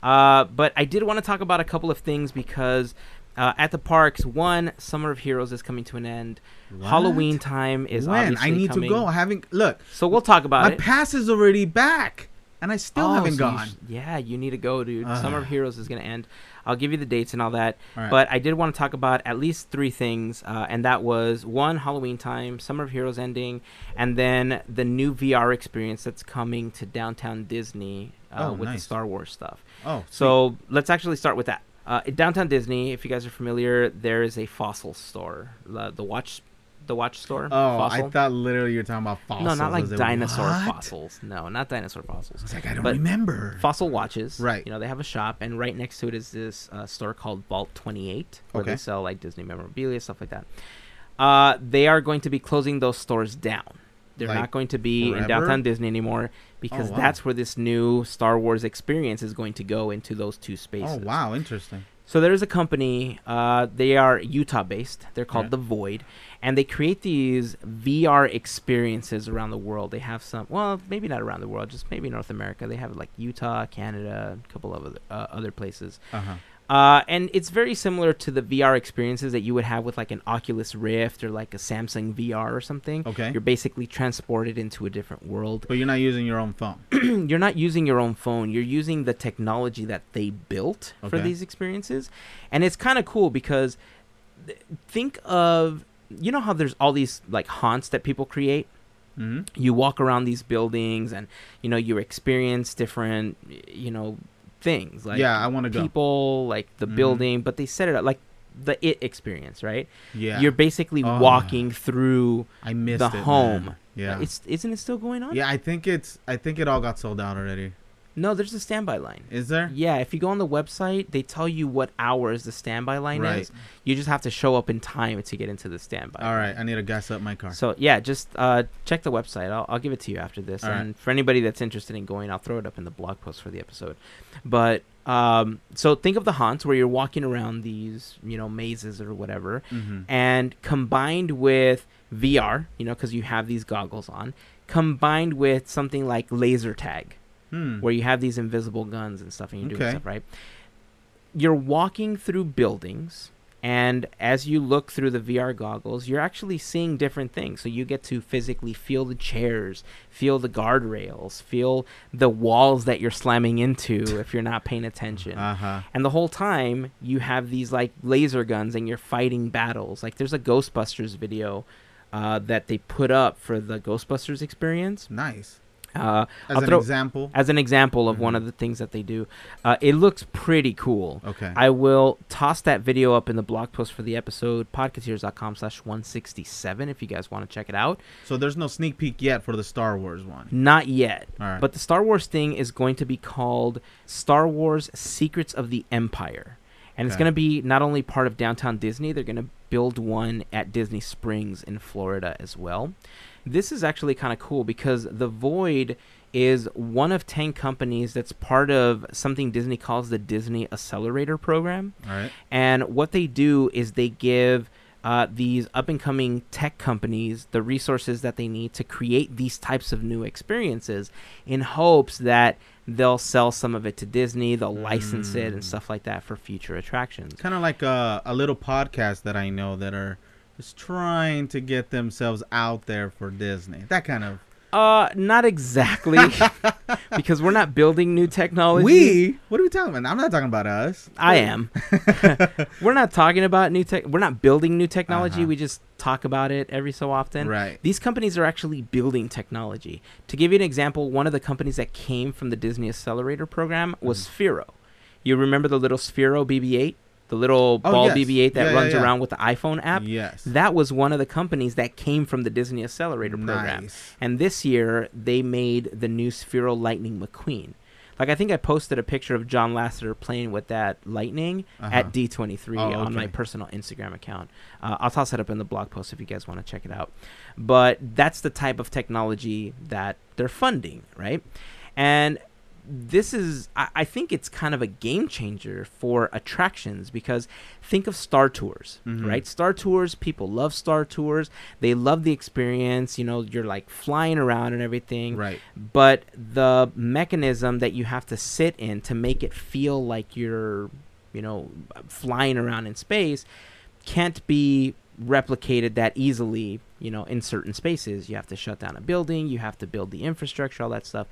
uh, but i did want to talk about a couple of things because uh, at the parks one summer of heroes is coming to an end halloween time is when obviously I need coming. to go. I haven't look. so we'll talk about my it pass is already back, and I still Oh, haven't so you gone. sh- yeah, you need to go, dude. Ugh. Summer of Heroes is going to end. I'll give you the dates and all that. All right. But I did want to talk about at least three things, uh, and that was one Halloween time, Summer of Heroes ending, and then the new VR experience that's coming to downtown Disney uh, Oh, with the nice. Star Wars stuff. oh, So let's actually start with that. Uh, at downtown Disney, if you guys are familiar, there is a fossil store, the, the watch, the watch store. oh, Fossil. I thought literally you were talking about fossils. no, not I like was dinosaur what? fossils. No, not dinosaur fossils. I was like, I don't But remember. Fossil watches. Right. You know, they have a shop, and right next to it is this uh, store called Vault 28, where they Okay. sell like Disney memorabilia, stuff like that. Uh, they are going to be closing those stores down. They're Like, not going to be in forever? Oh, downtown Disney anymore because wow. that's where this new Star Wars experience is going to go into those two spaces. oh wow, interesting. So there is a company. Uh, they are Utah based. They're called Right. The Void, and they create these VR experiences around the world. They have some. Well, maybe not around the world, just maybe North America. They have like Utah, Canada, a couple of other, uh, other places. Uh huh. Uh, and it's very similar to the VR experiences that you would have with like an Oculus Rift or like a Samsung VR or something. Okay. You're basically transported into a different world. but you're not using your own phone. you're not using your own phone. You're using the technology that they built for Okay. these experiences, and it's kind of cool because th- think of you know how there's all these like haunts that people create. hmm You walk around these buildings, and you know you experience different y- you know things like yeah, I want to go. people, like the Mhm. building, but they set it up like the it experience, right? Yeah, You're basically Ah. walking through. I missed the it, man. home. Yeah, It's isn't it still going on? yeah. I think it's. I think it all got sold out already. No, there's a standby line. Is there? Yeah, if you go on the website, they tell you what hours the standby line Right. is. You just have to show up in time to get into the standby. All right, I line. need to gas up my car. So yeah, just uh, check the website. I'll, I'll give it to you after this. All right. and for anybody that's interested in going, I'll throw it up in the blog post for the episode. But um, so think of the haunts where you're walking around these, you know, mazes or whatever, hmm and combined with VR, you know, because you have these goggles on, combined with something like laser tag Hmm. where you have these invisible guns and stuff and you're doing Okay. stuff right you're walking through buildings and as you look through the VR goggles, you're actually seeing different things. So you get to physically feel the chairs, feel the guardrails, feel the walls that you're slamming into if you're not paying attention. Uh huh. And the whole time, you have these like laser guns and you're fighting battles. Like there's a Ghostbusters video uh, that they put up for the Ghostbusters experience. Nice. Uh, As I'll an throw- example. as an example of one Mhm. of the things that they do. Uh, it looks pretty cool. Okay. I will toss that video up in the blog post for the episode, podcasteers.com slash 167 if you guys want to check it out. so there's no sneak peek yet for the Star Wars one. Not yet. All right. But the Star Wars thing is going to be called Star Wars Secrets of the Empire. And it's Okay. going to be not only part of downtown Disney, they're going to build one at Disney Springs in Florida as well. This is actually kind of cool because The Void is one of 10 companies that's part of something Disney calls the Disney Accelerator Program. All right. And what they do is they give uh, these up and coming tech companies the resources that they need to create these types of new experiences in hopes that they'll sell some of it to Disney, they'll license it Mm. and stuff like that for future attractions. Kind of like a, a little podcast that I know that are just trying to get themselves out there for Disney. That kind of. Uh, not exactly, because we're not building new technology. We? What are we talking about? I'm not talking about us. Oh, I am. we're not talking about new tech. We're not building new technology. Uh-huh. We just talk about it every so often. Right. These companies are actually building technology. To give you an example, one of the companies that came from the Disney Accelerator program Mm. was Sphero. You remember the little Sphero BB-8, the little Oh, ball yes. BB-8 that Yeah, yeah, runs yeah. around with the iPhone app? Yes. That was one of the companies that came from the Disney Accelerator program. Nice. And this year, they made the new Sphero Lightning McQueen. Like, I think I posted a picture of John Lasseter playing with that Lightning Uh-huh. at D23 Oh, on my okay. personal Instagram account. Uh, I'll toss it up in the blog post if you guys want to check it out. But that's the type of technology that they're funding, right? And this is, I, I think it's kind of a game changer for attractions because think of Star Tours, Mhm. right? Star Tours, people love Star Tours. They love the experience. You know, you're like flying around and everything. Right. But the mechanism that you have to sit in to make it feel like you're, you know, flying around in space can't be replicated that easily, you know, in certain spaces. You have to shut down a building, you have to build the infrastructure, all that stuff.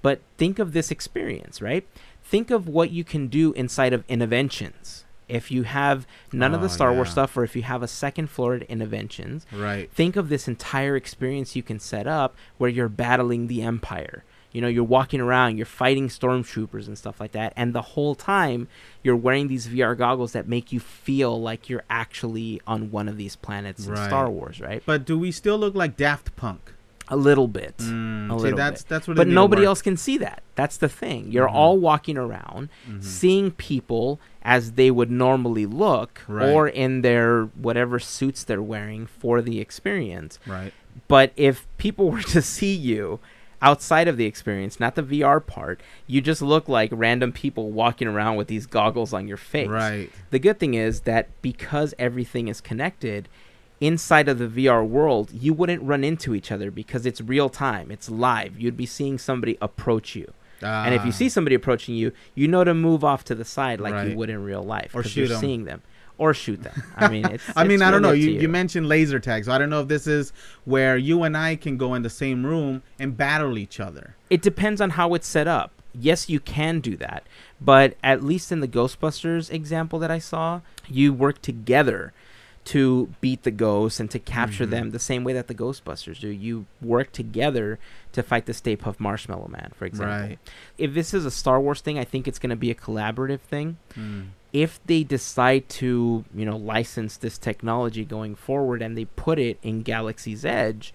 But think of this experience, right? Think of what you can do inside of interventions. If you have none of Oh, the Star Wars yeah. stuff, or if you have a second floor at interventions, Right. think of this entire experience you can set up where you're battling the empire you know you're walking around you're fighting stormtroopers and stuff like that and the whole time you're wearing these vr goggles that make you feel like you're actually on one of these planets in Right. star wars right But do we still look like Daft Punk? a little bit Mm, a see, little that's bit. that's what. but nobody else can see that that's the thing you're Mhm. all walking around Mm-hmm. seeing people as they would normally look Right. or in their whatever suits they're wearing for the experience Right. But if people were to see you outside of the experience, not the VR part, you just look like random people walking around with these goggles on your face. Right. The good thing is that because everything is connected, inside of the VR world, you wouldn't run into each other because it's real time, it's live. You'd be seeing somebody approach you. and if Ah, you see somebody approaching you, you know to move off to the side like Right. you would in real life Or 'cause you're shoot 'em. seeing them. Or shoot them. I mean, it's, I mean, it's I really don't know. up to You, you mentioned laser tag, so I don't know if this is where you and I can go in the same room and battle each other. It depends on how it's set up. Yes, you can do that, but at least in the Ghostbusters example that I saw, you work together to beat the ghosts and to capture Mhm. them the same way that the Ghostbusters do. You work together to fight the Stay Puft Marshmallow Man, for example. Right. If this is a Star Wars thing, I think it's going to be a collaborative thing Mm. if they decide to, you know, license this technology going forward and they put it in Galaxy's Edge,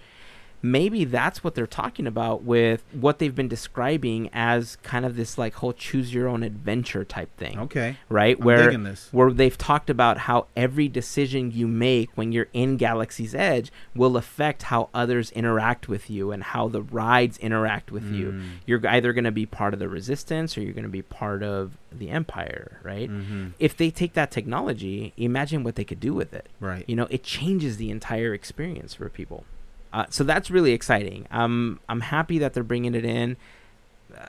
maybe that's what they're talking about with what they've been describing as kind of this like whole choose your own adventure type thing, Okay. right? I'm where digging this. where they've talked about how every decision you make when you're in Galaxy's Edge will affect how others interact with you and how the rides interact with you. Mm. You're either going to be part of the resistance or you're going to be part of the empire, right? Mhm. if they take that technology, imagine what they could do with it. Right. You know, it changes the entire experience for people. Uh, so that's really exciting. Um, I'm happy that they're bringing it in. Uh,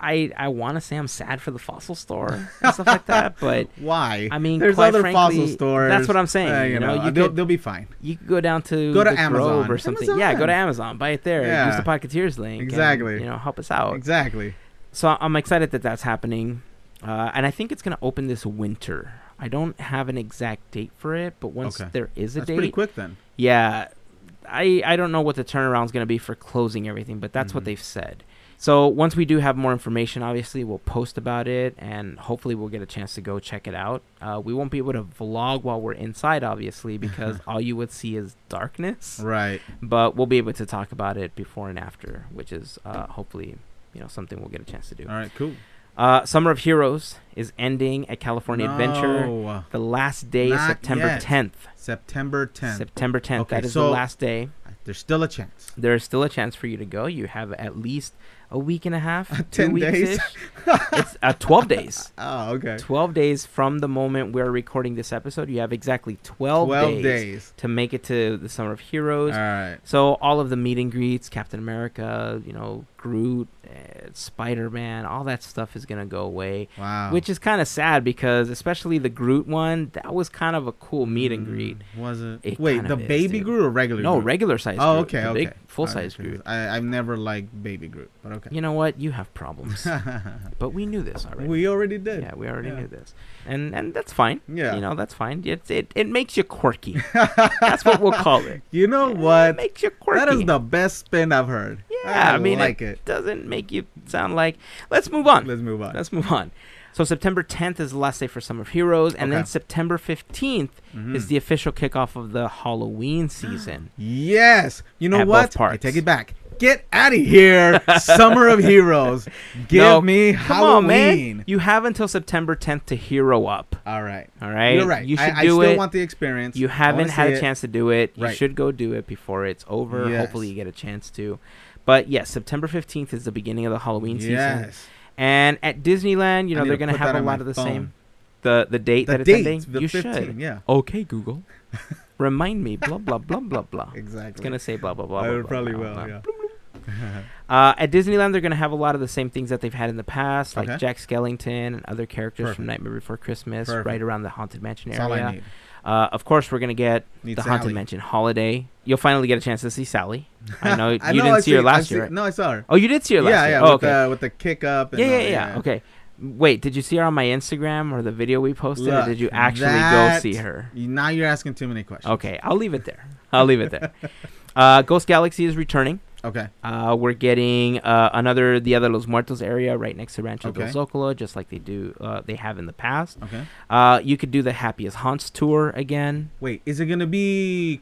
I I want to say I'm sad for the fossil store and stuff like that, but Why? I mean, there's quite other fossil frankly, stores. that's what I'm saying, Uh, you know, you they'll, could- they'll be fine. you could go down to Go to the Amazon. Grove or something. Yeah, go to Amazon, buy it there. Use Yeah. the Pocketeers link. and, Exactly. you know, help us out. Exactly. so I- I'm excited that that's happening, uh, and I think it's going to open this winter. I don't have an exact date for it, but once Okay. there is a That's pretty date, quick then. yeah, I I don't know what the turnaround's going to be for closing everything, but that's what Mhm. they've said. So once we do have more information, obviously we'll post about it, and hopefully we'll get a chance to go check it out. Uh, we won't be able to vlog while we're inside, obviously, because all you would see is darkness Right. but we'll be able to talk about it before and after, which is uh, hopefully you know something we'll get a chance to do. All right. Cool. Uh, Summer of Heroes is ending at California Adventure. No. The last day, is Not September yet. 10th. September 10th. September 10th. Okay, that is the so- last day. There's still a chance. There is still a chance for you to go. You have at least a week and a half, two 10 weeks days? it's uh, 12 days. Oh, okay. 12 days from the moment we're recording this episode. You have exactly 12, 12 days, days. to make it to the Summer of All Heroes. right. So all of the meet and greets, Captain America, you know, Groot, uh, Spider Man, all that stuff is gonna go away, Wow. which is kind of sad because especially the Groot one, that was kind of a cool meet and greet. Mm, Was it? It Wait, kind the of is, baby dude. Groot or regular? No, Groot? regular size. Groot, Oh, okay, the okay. Big full size Alright, Groot. I, I've never liked baby Groot, but okay. You know what? You have problems, but we knew this already. we already did. yeah, we already yeah. knew this, and and that's fine. Yeah. you know that's fine. It's, it it makes you quirky. that's what we'll call it. You know It what? makes you quirky. That is the best spin I've heard. Yeah, I, I mean, like it. doesn't make you sound like. Let's move on. Let's move on. Let's move on. So September 10th is the last day for Summer of Heroes, and then Okay. September 15th is Mhm. the official kickoff of the Halloween season. yes. You know At both what? I parts. take it back. Get out of here, Summer of Heroes. Give No, me Come on, Halloween. man! You have until September 10th to hero up. All right. All right, You're right. You should I, I do still it. want the experience. you I haven't wanna had see a it. chance to do it. You Right. should go do it before it's over. Yes. Hopefully, you get a chance to. But yes, September 15th is the beginning of the Halloween season. Yes. And at Disneyland, you I know need they're to going to put that have a on lot my of the phone. same the the date The that date, it's ending. the you 15, should. Yeah. Okay, Google. Remind me. Blah blah blah blah blah. Exactly. It's gonna say blah blah blah. I blah, would blah, probably blah, will. blah. Yeah. Uh, at Disneyland, they're gonna have a lot of the same things that they've had in the past, like Okay. Jack Skellington and other characters from Nightmare Before Christmas, Perfect. right around the Haunted Mansion That's all I area. need. Uh, of course, we're gonna get Need the Sally. Haunted Mansion holiday. You'll finally get a chance to see Sally. I know you I know, didn't I see her I last year. see- right? No, I saw her. Oh, you did see her last yeah, year. yeah. oh, with, okay. the, with the kick up. And yeah, yeah, all- yeah, Okay. Wait, did you see her on my Instagram or the video we posted, Look, or did you actually go that- see her? You- Now you're asking too many questions. Okay, I'll leave it there. I'll leave it there. Uh, Ghost Galaxy is returning. Okay. Uh, we're getting uh, another Dia de los Muertos area right next to Rancho del Okay. Zocalo, just like they do uh, they have in the past. Okay. Uh, you could do the Happiest Haunts tour again, Wait, is it gonna be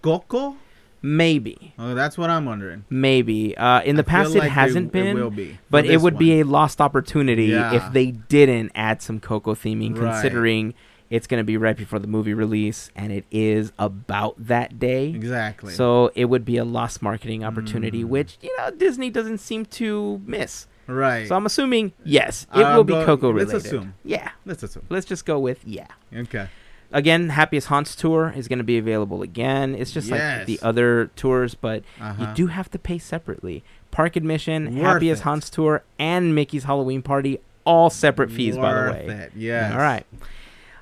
Coco? maybe, Oh, that's what I'm wondering. maybe. Uh, in the I past, feel it like they- hasn't It been, will be. for but it this would one. be a lost opportunity Yeah. if they didn't add some Coco theming, Right. considering it's going to be right before the movie release, and it is about that day. exactly. So it would be a lost marketing opportunity, Mm. which you know Disney doesn't seem to miss. right. So I'm assuming yes, it I'm will be go- Coco Uh, let's related. assume. Yeah, Let's assume. let's just go with yeah. Okay. Again, Happiest Haunts tour is going to be available again. It's just like Yes. the other tours, but Uh-huh. you do have to pay separately. Park admission, Worth Happiest it. Haunts tour, and Mickey's Halloween party, all separate fees by the Worth way. It. Yes. All right.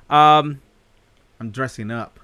Um, I'm dressing up.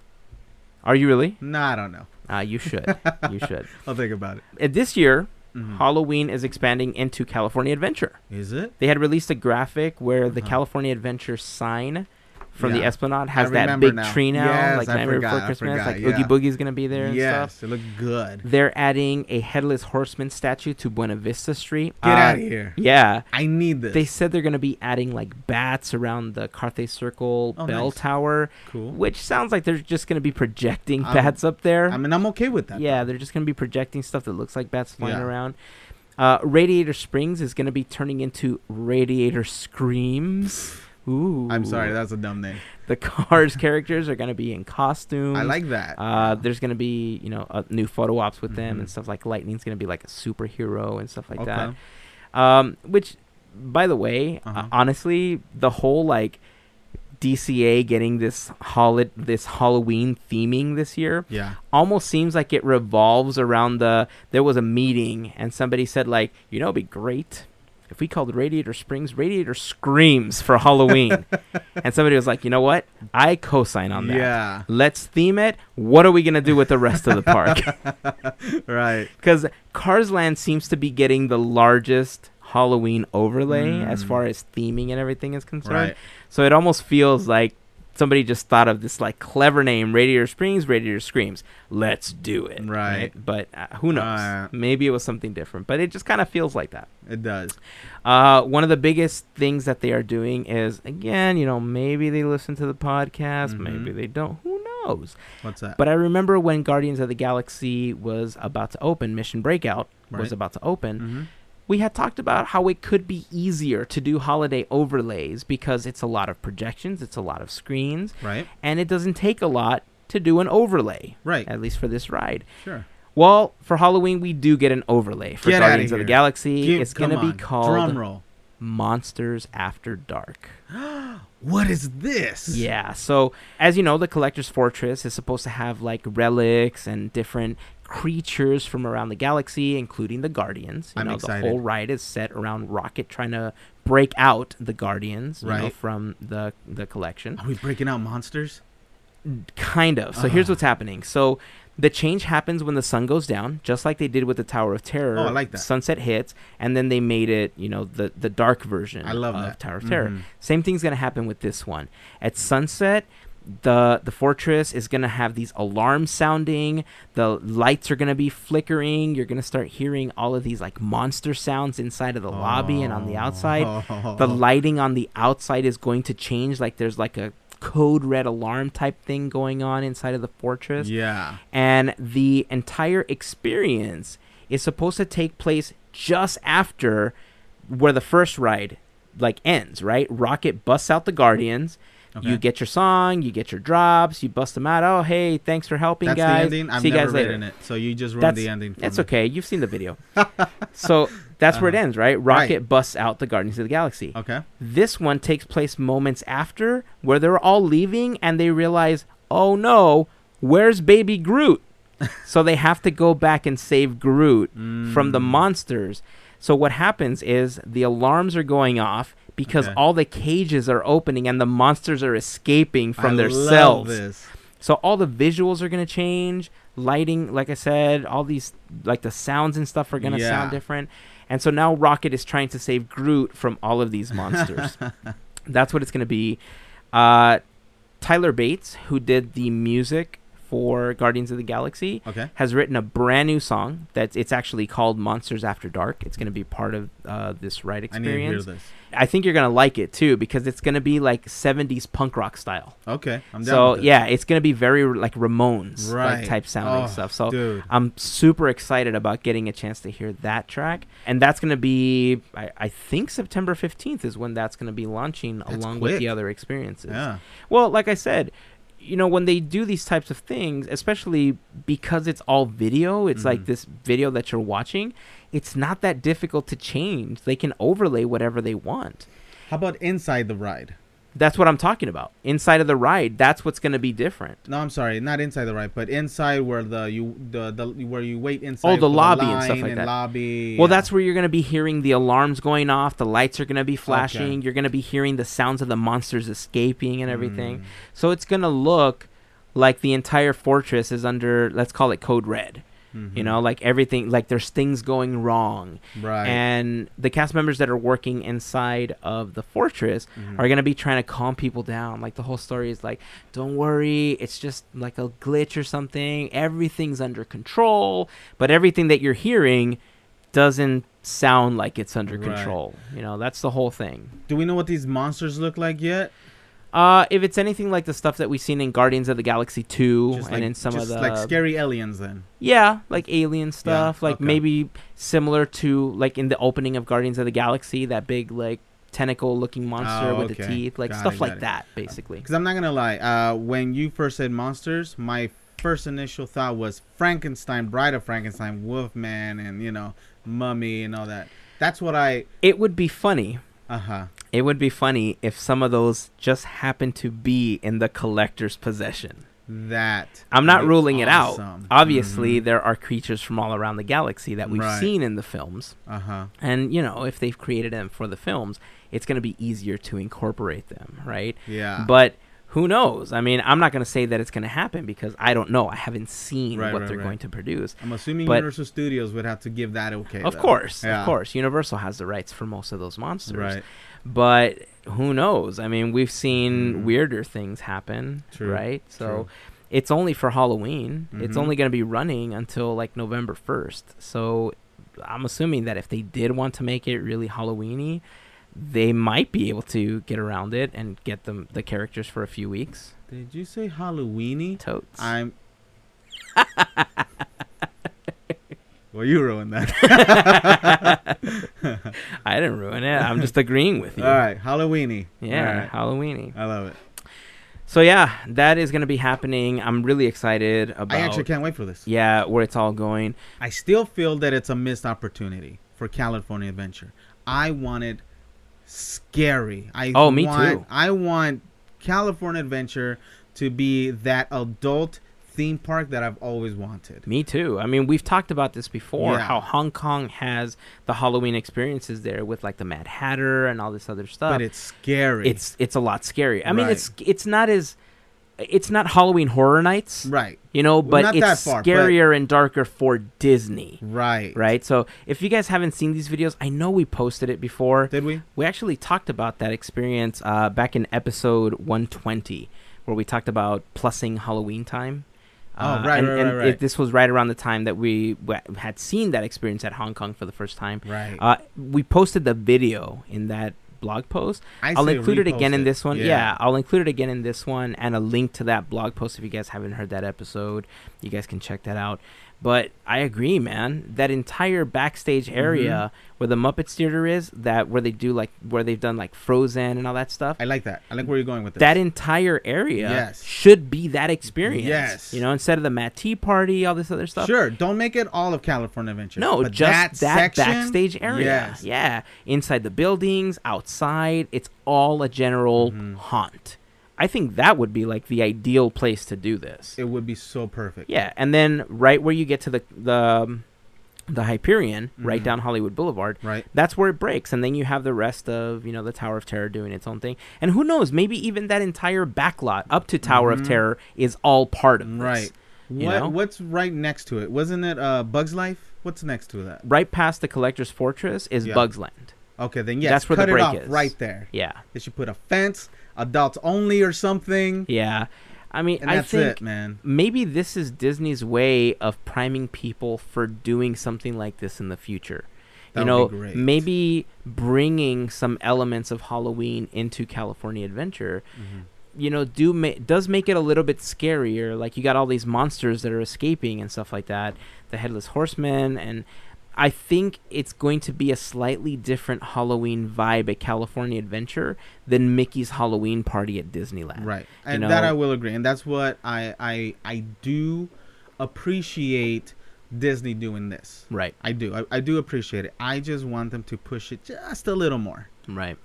are you really? No, I don't know. Uh, you should. you should. I'll think about it. Uh, This year, Mhm. Halloween is expanding into California Adventure. Is it? They had released a graphic where the Uh-huh. California Adventure sign from the Yeah. Esplanade has I that remember big now. tree now, Yes, like I Nightmare forgot, Before I Christmas. forgot, like yeah. Oogie Boogie's gonna be there and yes. stuff. It looked good. Get They're adding a headless horseman statue to Buena Vista Street. Uh, out of here. Yeah. I need this. They said they're going to be adding like bats around the Carthay Circle Oh, bell nice. tower, cool. which sounds like they're just going to be projecting I'm- bats up there. I mean, I'm okay with that. Yeah, they're just going to be projecting stuff that looks like bats flying Yeah. around. Uh, Radiator Springs is going to be turning into Radiator Screams. Ooh. I'm sorry, that's a dumb name. the Cars characters are going to be in costume. I like that. Uh, there's going to be, you know, uh, new photo ops with them and Mhm. stuff like Lightning's going to be like a superhero and stuff like that. Um, which, by the way, uh Uh-huh. honestly, the whole like DCA getting this holi- this Halloween theming this year Yeah. almost seems like it revolves around the there was a meeting and somebody said like you know it'd be great if we called radiator springs radiator screams for halloween and somebody was like you know what i co-sign on that Yeah. let's theme it what are we going to do with the rest of the park Right. because cars land seems to be getting the largest halloween overlay as Mm. far as theming and everything is concerned Right. so it almost feels like somebody just thought of this like clever name, Radiator Springs, Radiator Screams. Let's do it. Right. But uh, who knows? Right. Maybe it was something different. But it just kind of feels like that. It does. Uh, one of the biggest things that they are doing is again, you know, maybe they listen to the podcast, Mhm. maybe they don't. Who knows? What's that? But I remember when Guardians of the Galaxy was about to open, Mission Breakout was Right. about to open Mhm. we had talked about how it could be easier to do holiday overlays because it's a lot of projections, it's a lot of screens, Right. and it doesn't take a lot to do an overlay, Right. at least for this ride. Sure. Well, for Halloween, we do get an overlay for Get outta Guardians of the here. Galaxy. Give- it's going to come be on. called Drum roll. Monsters After Dark. What is this? Yeah. So, as you know, the Collector's Fortress is supposed to have like relics and different creatures from around the galaxy, including the Guardians. You I'm know, excited. The whole ride is set around Rocket trying to break out the Guardians you know, Right. from the the collection. Are we breaking out monsters? Kind of. So here's Ah. what's happening. So the change happens when the sun goes down, just like they did with the Tower of Terror. Oh, I like that. Sunset hits, and then they made it, you know, the the dark version I love of that. Tower of Terror. Mhm. Same thing's gonna happen with this one. At sunset, the the fortress is gonna have these alarms sounding. The lights are gonna be flickering. You're gonna start hearing all of these like monster sounds inside of the lobby and on the outside Oh. the lighting on the outside is going to change like there's like a code red alarm type thing going on inside of the fortress Yeah. and the entire experience is supposed to take place just after where the first ride like ends right rocket busts out the guardians Okay. you get your song you get your drops you bust them out oh hey thanks for helping That's guys the ending. I've see you never guys later written it, so you just ruined That's- the ending. For that's me. okay you've seen the video so that's where it Uh-huh. ends right Right. rocket busts out the guardians of the galaxy Okay. this one takes place moments after where they're all leaving and they realize, oh no, where's baby Groot? so they have to go back and save Groot from the Mm. monsters. So what happens is the alarms are going off because Okay. all the cages are opening and the monsters are escaping from I their love cells. This. So all the visuals are going to change, lighting, like I said, all these like the sounds and stuff are going to Yeah. sound different. And so now Rocket is trying to save Groot from all of these monsters. That's what it's going to be. Uh, Tyler Bates, who did the music for Guardians of the Galaxy, Okay. has written a brand new song that's it's actually called Monsters After Dark. It's going to be part of uh, this ride I need to hear experience. this. I think you're going to like it too because it's going to be like 70s punk rock style Okay. I'm down. so with this. yeah, it's gonna be very like Ramones Right. like, type sounding Oh, stuff. So dude. I'm super excited about getting a chance to hear that track, and that's gonna be I, I think September 15th is when that's gonna be launching That's along with quick. the other experiences. Yeah. Well, like I said, you know when they do these types of things, especially because it's all video, it's like Mhm. this video that you're watching. It's not that difficult to change. They can overlay whatever they want. How about inside the ride? That's what I'm talking about. Inside of the ride, that's what's going to be different. No, I'm sorry, not inside the ride, but inside where the you the, the where you wait inside. Oh, the for lobby and stuff line like that. Lobby. Well, yeah. that's where you're going to be hearing the alarms going off, the lights are going to be flashing, you're going to be hearing the sounds of the monsters escaping and everything. Mm. So it's going to look like the entire fortress is under, let's call it code red. You Mhm. know, like everything, like there's things going wrong. Mm-hmm. Right. And the cast members that are working inside of the fortress Mhm. are going to be trying to calm people down. Like the whole story is like, don't worry, it's just like a glitch or something. Everything's under control, but everything that you're hearing doesn't sound like it's under Right. control. You know, that's the whole thing. Do we know what these monsters look like yet? Uh, if it's anything like the stuff that we've seen in Guardians of the Galaxy 2 Just and like, in some just of the like scary aliens then. yeah, like alien stuff, like okay. maybe similar to like in the opening of Guardians of the Galaxy, that big like tentacle looking monster Oh, with the okay. teeth, like Got stuff it, like got it. that basically. Because I'm not gonna lie, uh, when you first said monsters, my first initial thought was Frankenstein, Bride of Frankenstein, Wolfman, and you know, Mummy and all that. That's what I. It would be funny Uh huh. It would be funny if some of those just happened to be in the collector's possession. That. I'm not is ruling it out. awesome. Obviously, there are creatures from all around the galaxy that we've Mm-hmm. Right. seen in the films. Uh huh. And, you know, if they've created them for the films, it's going to be easier to incorporate them, right? Yeah. But who knows? I mean, I'm not going to say that it's going to happen because I don't know. I haven't seen Right, what right, they're right. going to produce. I'm assuming but- Universal Studios would have to give that okay. Of though. course, Yeah. of course. Universal has the rights for most of those monsters. Right. but who knows? I mean, we've seen Mhm. weirder things happen, True, right? So true. it's only for Halloween. It's Mhm. only going to be running until like November 1st. So I'm assuming that if they did want to make it really Halloweeny, they might be able to get around it and get them the characters for a few weeks. Did you say Halloweeny? Totes. I'm. Well, you ruined that. I didn't ruin it. I'm just agreeing with you. All right, Halloweeny. Yeah, All right. Halloweeny. I love it. So yeah, that is going to be happening. I'm really excited about. I actually can't wait for this. Yeah, where it's all going. I still feel that it's a missed opportunity for California Adventure. I wanted scary. I Oh, me want- too. I want California Adventure to be that adult theme park that I've always wanted. Me too. I mean, we've talked about this before. Yeah. How Hong Kong has the Halloween experiences there with like the Mad Hatter and all this other stuff. But it's scary. it's it's a lot scarier. I mean, Right. it's it's not as it's not Halloween Horror Nights, right, you know, but not that it's far, but- scarier and darker for Disney, right, right? So if you guys haven't seen these videos, I know we posted it before. Did we? We actually talked about that experience uh, back in episode 120, where we talked about plussing Halloween time. Oh, Uh, right, and, right, and right, right. It, this was right around the time that we w- had seen that experience at Hong Kong for the first time. Right. Uh, we posted the video in that blog post. I I'll say include it again repost in this one. Yeah. Yeah. I'll include it again in this one and a link to that blog post if you guys haven't heard that episode. You guys can check that out. But I agree, man. That entire backstage Mm-hmm. area where the Muppets Theater is, that where they do like where they've done like Frozen and all that stuff. I like that. I like where you're going with this. that entire area Yes. should be that experience. Yes. You know, instead of the Matt Tea Party, all this other stuff. Sure, don't make it all of California Adventure. No, but just that, section, backstage area. Yes. Yeah, inside the buildings, outside, it's all a general Mm-hmm. haunt. I think that would be like the ideal place to do this. It would be so perfect. yeah, and then right where you get to the the um, the Hyperion, right Mhm. down Hollywood Boulevard, Right. that's where it breaks, and then you have the rest of you know the Tower of Terror doing its own thing, and who knows, maybe even that entire back lot up to Tower Mhm. of Terror is all part of this. Right. you What know? what's right next to it? Wasn't it uh Bugs Life? What's next to that? Right past the Collector's Fortress is Yeah. Bugs Land. Okay, then yes, That's where the cut break it off is. right there. Yeah. They should put a fence, adults only or something. Yeah. I mean, And I that's think it, man. maybe this is Disney's way of priming people for doing something like this in the future. you That would know, be great. maybe bringing some elements of Halloween into California Adventure, Mm-hmm. you know, do ma- does make it a little bit scarier. Like you got all these monsters that are escaping and stuff like that, the headless horseman and I think it's going to be a slightly different Halloween vibe at California Adventure than Mickey's Halloween party at Disneyland. Right. And know- that I will agree. And that's what I I I do appreciate Disney doing this. Right. I do. I, I do appreciate it. I just want them to push it just a little more. Mm-hmm. Right.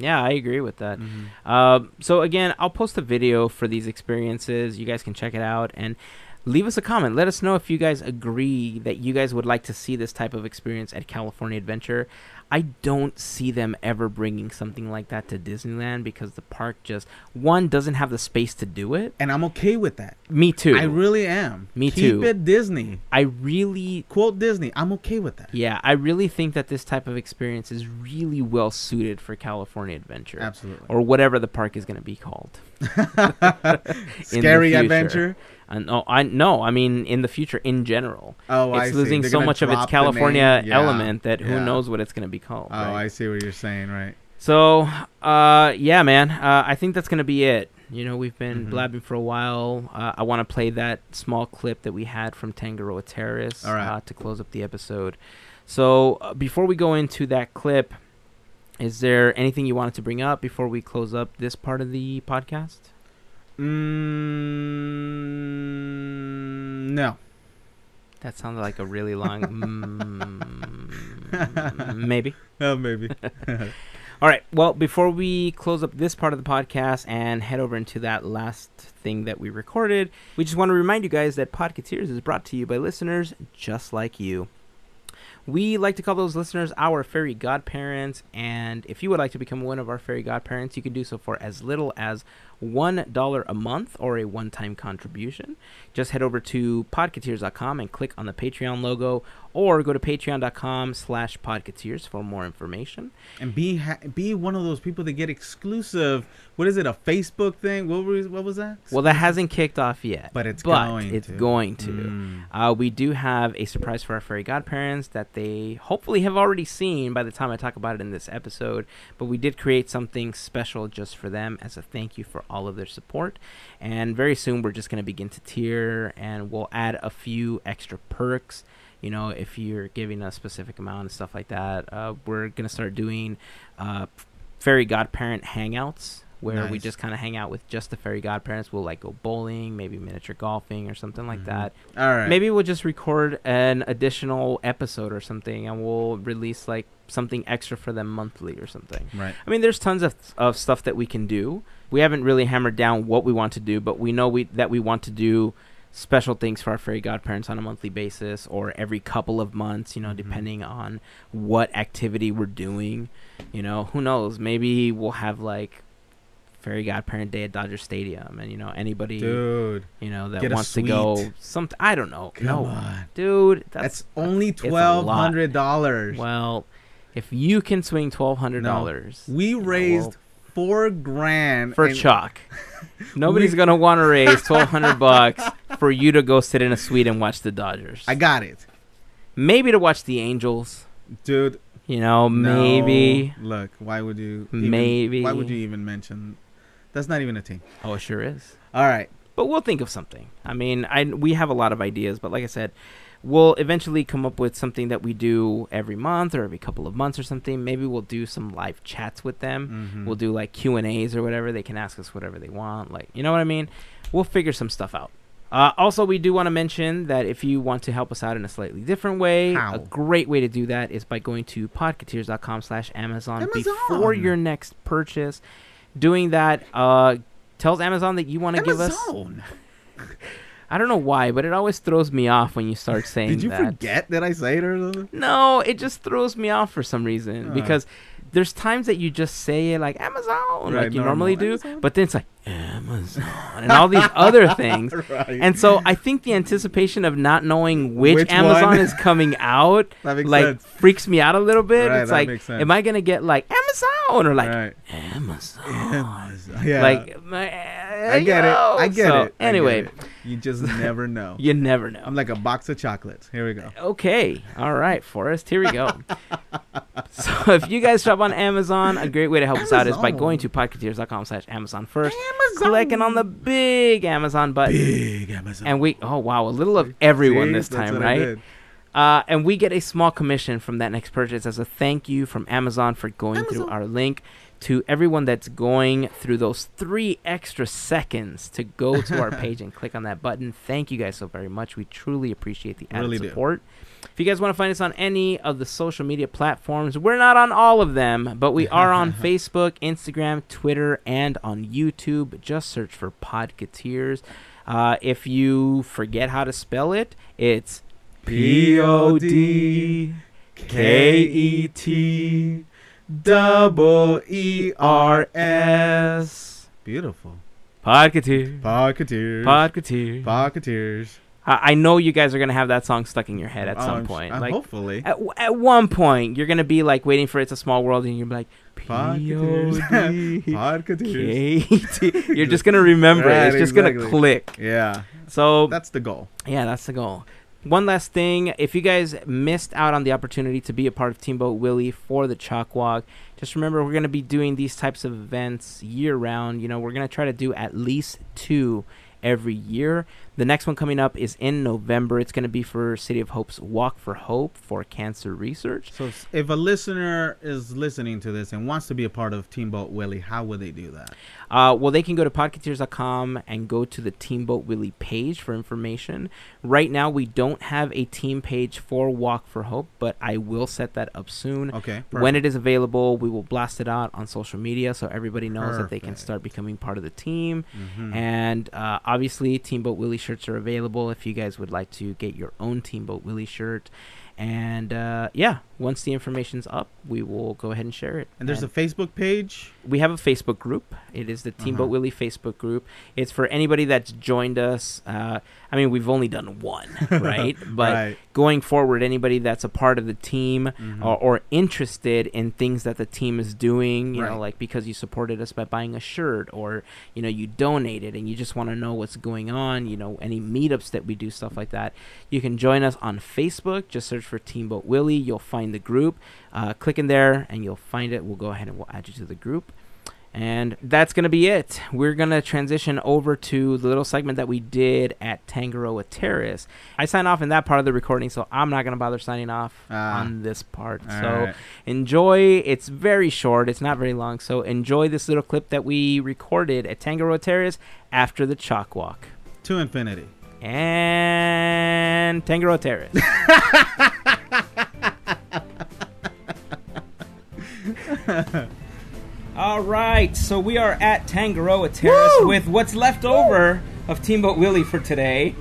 Yeah, I agree with that. Um, so again, I'll post a video for these experiences. You guys can check it out and leave us a comment. Let us know if you guys agree that you guys would like to see this type of experience at California Adventure. I don't see them ever bringing something like that to Disneyland because the park just one doesn't have the space to do it. And I'm okay with that. Me too. I really am. Me Keep too. it Disney. I really Quote Disney. I'm okay with that. yeah, I really think that this type of experience is really well suited for California Adventure. Absolutely. or whatever the park is going to be called. the Scary future. adventure. And no, I no, I mean in the future in general. Oh, I it's see. losing They're so gonna much of its drop the name. California Yeah, element that who yeah. knows what it's going to be called. Oh, right? I see what you're saying, right? So, uh, yeah, man, uh, I think that's going to be it. You know, we've been Mhm. blabbing for a while. Uh, I want to play that small clip that we had from Tangaroa Terrace All right. uh, to close up the episode. So, uh, before we go into that clip, is there anything you wanted to bring up before we close up this part of the podcast? Mm, no. That sounded like a really long. mm, maybe. Oh, maybe. All right. Well, before we close up this part of the podcast and head over into that last thing that we recorded, we just want to remind you guys that Podcateers is brought to you by listeners just like you. We like to call those listeners our fairy godparents, and if you would like to become one of our fairy godparents, you can do so for as little as $1 a month or a one time contribution. Just head over to podcateers.com and click on the Patreon logo, or go to patreon.com slash podcateers for more information. and be ha- be one of those people that get exclusive. What is it? A Facebook thing? What was what was that? Well, that hasn't kicked off yet, But it's going it's to. going to. Mm. Uh, we do have a surprise for our fairy godparents that they hopefully have already seen by the time I talk about it in this episode. But we did create something special just for them as a thank you for all of their support. And very soon we're just going to begin to tier, and we'll add a few extra perks. you know, if you're giving a specific amount and stuff like that. Uh, we're gonna start doing uh, fairy godparent hangouts where we Nice. just kind of hang out with just the fairy godparents. We'll like go bowling, maybe miniature golfing or something like Mhm. that. All right. Maybe we'll just record an additional episode or something, and we'll release like something extra for them monthly or something. Right. I mean, there's tons of, of stuff that we can do. We haven't really hammered down what we want to do, but we know we that we want to do special things for our fairy godparents on a monthly basis or every couple of months, you know, Mhm. depending on what activity we're doing. You know, who knows? Maybe we'll have like fairy godparent day at Dodger Stadium and you know anybody Dude, you know that get a wants to go suite. some I don't know. come no. on. Dude, that's That's, only a twelve lot. hundred dollars. well, if you can swing $1200 We know, raised four grand for and- chalk. Nobody's gonna want to raise twelve hundred bucks for you to go sit in a suite and watch the Dodgers. I got it, maybe to watch the Angels. dude. You know, no. maybe. Look, why would you? even- Maybe. Why would you even mention? That's not even a team. Oh, it sure is. All right. But we'll think of something. I mean, I we have a lot of ideas, but like I said, we'll eventually come up with something that we do every month or every couple of months or something. Maybe we'll do some live chats with them. Mhm. Mm-hmm. We'll do like Q and A's or whatever. They can ask us whatever they want. Like, you know what I mean? We'll figure some stuff out. Uh, also, we do want to mention that if you want to help us out in a slightly different way, How? a great way to do that is by going to podcateers.com slash Amazon before Amazon. your next purchase. Doing that uh, tells Amazon that you want to give us. Amazon. I don't know why, but it always throws me off when you start saying Did you that. forget that I said it or something? No, it just throws me off for some reason Uh. because there's times that you just say it like Amazon, Right, like you normal. normally do, Amazon? but then it's like Amazon and all these other things. right. And so I think the anticipation of not knowing which, Which Amazon one? is coming out that makes like sense. freaks me out a little bit. Right, it's that like, makes sense. am I gonna get like Amazon or like right. Amazon? Yeah. Like, my, I get it. I get So, it. I get Anyway, it. you just never know. you never know. I'm like a box of chocolates. Here we go. Okay. All right, Forrest. Here we go. so if you guys shop on Amazon, a great way to help us out is by Amazon. going to podcasters.com slash Amazon first, clicking on the big Amazon button. big Amazon. And we, oh wow, a little of everyone See? this That's time, what I right? did. Uh, and we get a small commission from that next purchase as a thank you from Amazon for going through Amazon. our link. To everyone that's going through those three extra seconds to go to our page and click on that button, thank you guys so very much. We truly appreciate the added Really do. support. If you guys want to find us on any of the social media platforms, we're not on all of them, but we are on Facebook, Instagram, Twitter, and on YouTube. Just search for Podcateers. Uh, if you forget how to spell it, it's P O D K E T double E R S. S. Beautiful. Podcateer. Pocketeers. Podcateer. Pocketeers. I-, I know you guys are going to have that song stuck in your head at Oh, some I'm- point. uh, like, hopefully. at, w- at one point, you're going to be like waiting for It's a Small World and you're gonna be like, Podcateers. P-O-D-K-T. Pocketeers. E You're just going to remember it. Right, It's just going to exactly. click. Yeah. So, That's the goal. Yeah, that's the goal. One last thing, if you guys missed out on the opportunity to be a part of Teamboat Willie for the Chalk Walk, just remember we're going to be doing these types of events year round. You know, we're going to try to do at least two every year. The next one coming up is in November. It's going to be for City of Hope's Walk for Hope for Cancer Research. So s- if a listener is listening to this and wants to be a part of Teamboat Willie, how would they do that? Uh, well, they can go to podcateers.com and go to the Teamboat Willie page for information. Right now, we don't have a team page for Walk for Hope, but I will set that up soon. Okay. When it is available, we will blast it out on social media so everybody knows that they can Perfect. start becoming part of the team. hmm And uh, obviously, Teamboat Willie shirts are available if you guys would like to get your own Teamboat Willie shirt. And uh, yeah, once the information's up, we will go ahead and share it. and there's a Facebook page. we have a Facebook group. It is the Teamboat Uh-huh. Willie Facebook group. It's for anybody that's joined us. Uh, I mean, we've only done one, right? But right. going forward, anybody that's a part of the team Mhm. or, or interested in things that the team is doing, you know, Right. like because you supported us by buying a shirt or, you know, you donated and you just want to know what's going on, you know, any meetups that we do, stuff like that, you can join us on Facebook. Just search for Teamboat Willie. You'll find the group. Uh, click in there and you'll find it. We'll go ahead and we'll add you to the group. And that's going to be it. We're going to transition over to the little segment that we did at Tangaroa Terrace. I sign off in that part of the recording, so I'm not going to bother signing off Ah. on this part. All so right. enjoy. It's very short, it's not very long. So enjoy this little clip that we recorded at Tangaroa Terrace after the chalk walk. to infinity. And Tangaroa Terrace. All right, so we are at Tangaroa Terrace Woo! with what's left over of Teamboat Willie for today.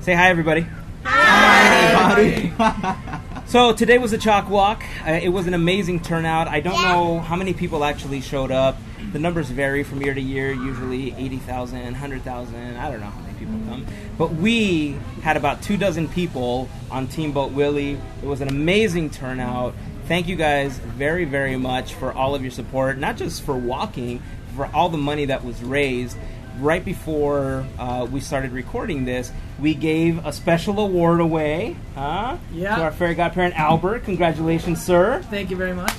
Say hi, everybody. So today was a chalk walk. Uh, it was an amazing turnout. I don't know how many people actually showed up. The numbers vary from year to year, usually 80,000, 100,000. I don't know how many people come. But we had about two dozen people on Team Boat Willie. It was an amazing turnout. Thank you guys very, very much for all of your support, not just for walking, for all the money that was raised. Right before uh, we started recording this, we gave a special award away huh? Yeah. to our fairy godparent Albert. Congratulations, sir. Thank you very much.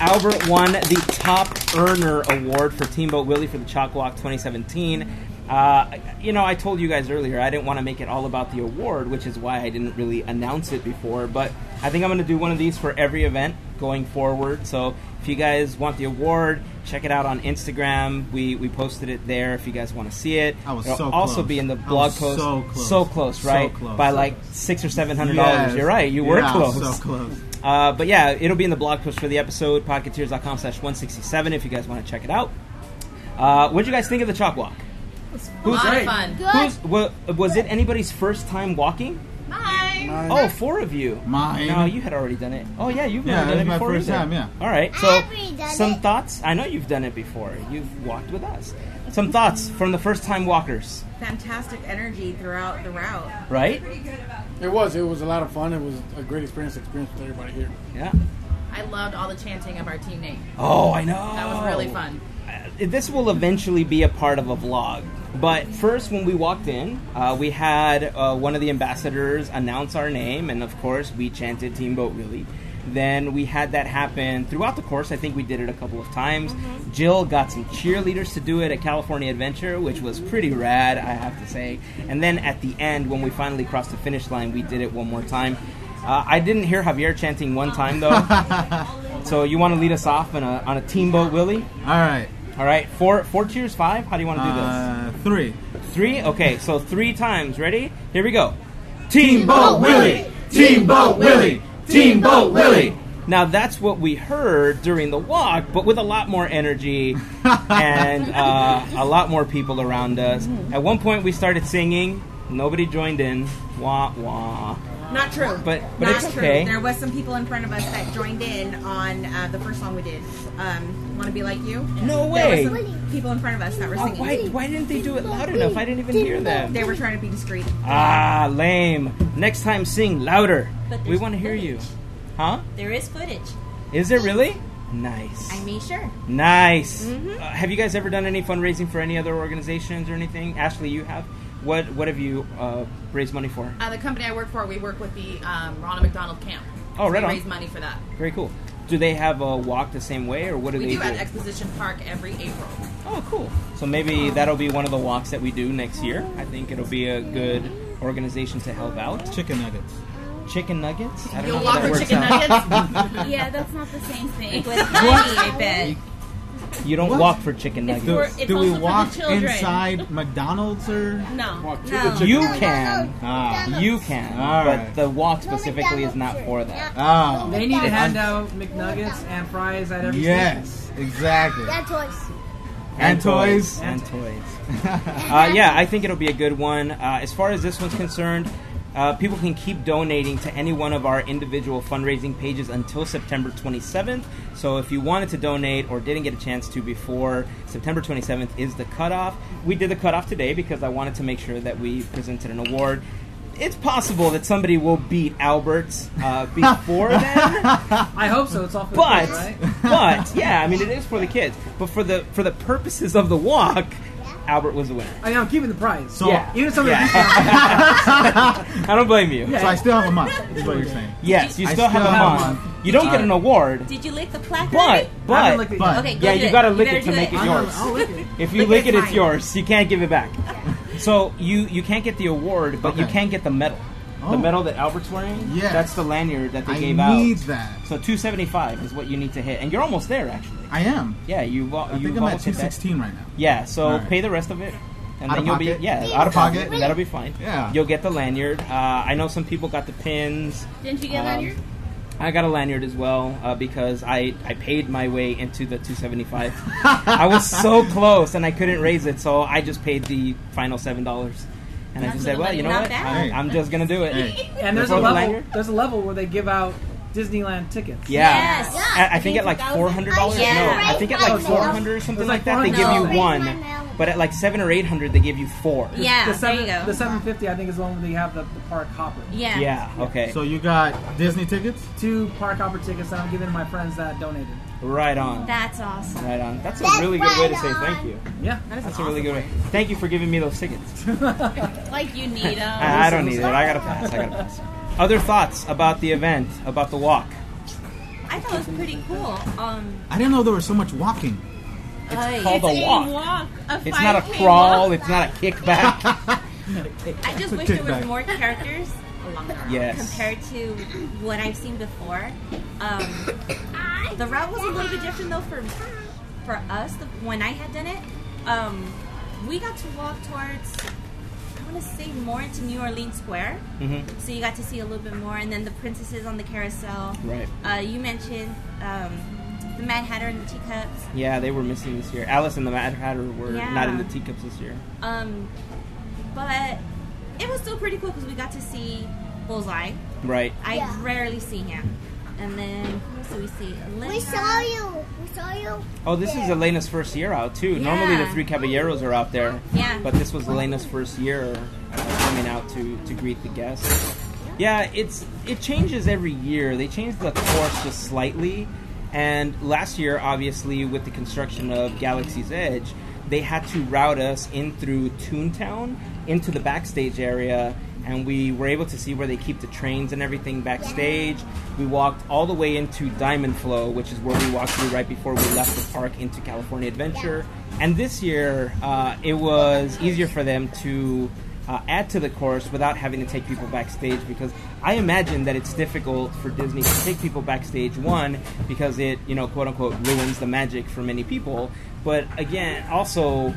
Albert won the Top Earner Award for Teamboat Willie for the Chalk Walk 2017. Uh, you know, I told you guys earlier I didn't want to make it all about the award, which is why I didn't really announce it before. But I think I'm going to do one of these for every event going forward. So if you guys want the award, check it out on Instagram. We we posted it there. If you guys want to see it, I was it'll so also close. be in the I was blog post. so close. close, So right? close. By So like close. six or seven hundred dollars. Yes. You're right. You were Yeah, close. So close. Uh, but yeah, it'll be in the blog post for the episode, podcasters.com slash 167 if you guys want to check it out. Uh, what did you guys think of the chalk walk? A Who's- lot Great. of fun. Good. Who's, wa- was it anybody's first time walking? Mine. Oh, four of you. Mine. No, you had already done it. Oh, yeah, you've Yeah, never done it it was my before first either. time, yeah. All right, I've so already done some it. thoughts. I know you've done it before. You've walked with us. Some thoughts from the first time walkers, Fantastic energy throughout the route. right? It was. It was a lot of fun. It was a great experience. Experience with everybody here. Yeah. I loved all the chanting of our team name. Oh, I know. That was really fun. this will eventually be a part of a vlog. But first, when we walked in, uh, we had uh, one of the ambassadors announce our name, and of course, we chanted Team Boat Really. Then we had that happen throughout the course. I think we did it a couple of times. Jill got some cheerleaders to do it at California Adventure, which was pretty rad, I have to say. And then at the end, when we finally crossed the finish line, we did it one more time. Uh, I didn't hear Javier chanting one time though. so you want to lead us off on a, on a Team Boat Willie? All right. All right, four four cheers, five. How do you want to do this? Uh, three. Three. Okay, so three times. Ready? Here we go. Team Boat Willie. Team Boat Willie. Team Boat Willie. Now that's what we heard during the walk, but with a lot more energy and uh, a lot more people around us. At one point, we started singing. Nobody joined in. Wah wah. Not true. But- but Not it's true. okay. There was some people in front of us that joined in on uh, the first song we did. Um, Want to be like you? No There were way. some people in front of us that were Oh, singing. why, why didn't they do it loud enough? I didn't even hear them. They were trying to be discreet. Ah, lame. Next time, sing louder. We want to hear you. Huh? There is footage. Is it really? Nice. I mean, sure. Nice. Uh, have you guys ever done any fundraising for any other organizations or anything? Ashley, you have. What What have you uh, raised money for? Uh, the company I work for, we work with the um, Ronald McDonald Camp. Oh, So right we on. raise money for that. Very cool. Do they have a walk the same way, or what do We they do at Exposition Park every April. Oh, cool. So maybe that'll be one of the walks that we do next year. I think it'll be a good organization to help out. Chicken nuggets. Chicken nuggets. I don't You'll know how walk that for works chicken out. nuggets. Yeah, that's not the same thing. It was funny, I bet. You don't What? walk for chicken nuggets. Do, For- it's do we also for the walk children. inside McDonald's or? No. Walk to the no. chicken. You can. Ah. You can. All But right. the walk specifically is not for that. Ah. They need to Yeah. hand out McNuggets and fries at every Yes. Exactly. That's toys. And toys. And toys. Uh, yeah, I think it'll be a good one. Uh, as far as this one's concerned, uh, people can keep donating to any one of our individual fundraising pages until September 27th. So if you wanted to donate or didn't get a chance to before September 27th is the cutoff. We did the cutoff today because I wanted to make sure that we presented an award. It's possible that somebody will beat Albert's uh, before then. station. I hope so. It's all for the But, kids, right? but yeah, I mean it is for the kids. But for the for the purposes of the walk, Albert was the winner. I mean, I'm keeping the prize. So- Yeah. even some of the Yeah. I don't blame you. Yeah. So I still have a month. Is what you're saying? Yes, you I still have a still have month. You don't get an award, Did you lick the plaque? but already? I but haven't looked But- at Okay, go Yeah, do you gotta lick better it to do make it I'll- yours. I'll look at it. if you Lick lick it, it, it's fine. yours. You can't give it back. So you you can't get the award, but you Okay. can get the medal. The Oh. medal that Albert's wearing. Yes. that's the lanyard that they I gave need out. that. So 275 is what you need to hit, and you're almost there actually. I am. Yeah, you've al- I you've think I'm at almost hit that. 216 right now. Yeah, so Alright. pay the rest of it. And Out then of you'll pocket? be yeah out of pocket. pocket? and That'll be fine. Yeah. you'll get the lanyard. Uh, I know some people got the pins. Didn't you get Um, that here? I got a lanyard as well uh, because I, I paid my way into the 275. I was so close and I couldn't raise it, so I just paid the final seven dollars. And I That's just said, a well, little you know not what? bad. I'm, I'm just gonna do it. Hey. And there's a Before the level. lanyard? There's a level where they give out Disneyland tickets. Yeah, Yes. I, I think at like four hundred dollars. Yeah. No, I think at Oh, like it's four more. hundred or something It's like like that. They give you $400. one, but at like seven or eight hundred, they give you four. Yeah, The seven, there you go. the 750, I think, is the one where they have the, the park hopper. yeah. Yeah. Okay. So you got Disney tickets? Two park hopper tickets that I'm giving to my friends that donated. right on. That's awesome. Right on. That's a really good way to say thank you. Yeah. That's a really good way. Thank you for giving me those tickets. Like you need them. I, I don't need it. I gotta pass. I gotta pass. Other thoughts about the event, about the walk? I thought it was pretty cool. Um, I didn't know there was so much walking. uh, called it's a a walk. walk, a It's not a 5K crawl. walk. It's not a kickback. I just wish there was Kickback. more characters along the route Yes. compared to what I've seen before. Um, the route was a little bit different though for for us the, when I had done it. Um, we got to walk towards. I want to say more into New Orleans Square, Mhm. so you got to see a little bit more, and then the princesses on the carousel. Right. Uh, you mentioned um, the Mad Hatter and the teacups. Yeah, they were missing this year. Alice and the Mad Hatter were Yeah. not in the teacups this year. Um, but it was still pretty cool because we got to see Bullseye. Right. I Yeah. rarely see him. And then who else do we see? Elena. We saw you. We saw you. Oh, this is Elena's first year out too. Normally the Yeah. three caballeros are out there. Yeah. But this was Elena's first year uh, coming out to, to greet the guests. Yeah, it's it changes every year. They change the course just slightly. And last year, obviously, with the construction of Galaxy's Edge, they had to route us in through Toontown into the backstage area, and we were able to see where they keep the trains and everything backstage. We walked all the way into Diamond Flow, which is where we walked through right before we left the park into California Adventure. And this year, uh, it was easier for them to uh, add to the course without having to take people backstage because I imagine that it's difficult for Disney to take people backstage. One, because it, you know, quote unquote, ruins the magic for many people. But again, also,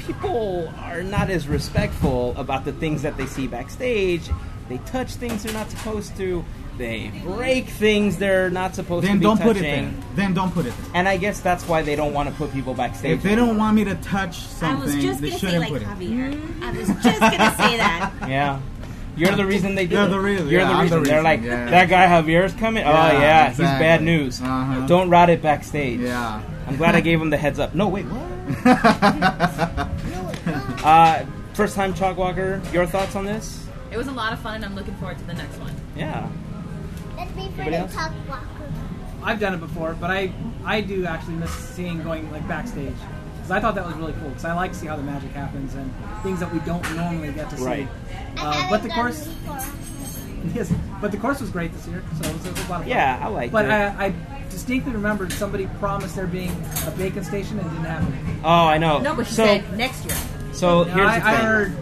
people are not as respectful about the things that they see backstage. They touch things they're not supposed to. They break things they're not supposed to Then be don't touching. put it there. Then don't put it there. And I guess that's why they don't want to put people backstage. If they don't want me to touch something, I was just they gonna say shouldn't like put it. Javier. I was just gonna say that. Yeah. You're the reason they do You're it. the reason. You're Yeah, the I'm reason. the They're reason. like, Yeah. that guy Javier's coming? oh, Yeah, yeah, he's exactly. bad news. Uh-huh. Don't route it backstage. Yeah. I'm glad I gave him the heads up. No, wait, what? uh, first time Chalk Walker, your thoughts on this? It was a lot of fun, and I'm looking forward to the next one. Yeah. Let's be for Anybody the else? talk walker. I've done it before, but I I do actually miss seeing going like backstage because I thought that was really cool because I like to see how the magic happens and things that we don't normally get to see. Right. Uh, but the course, yes, but the course was great this year, so it was, it was a lot of fun. Yeah, I like But it. I, I distinctly remembered somebody promised there being a bacon station and it didn't happen. oh, I know. No, but she so, said next year. so Now, here's I, the thing. I heard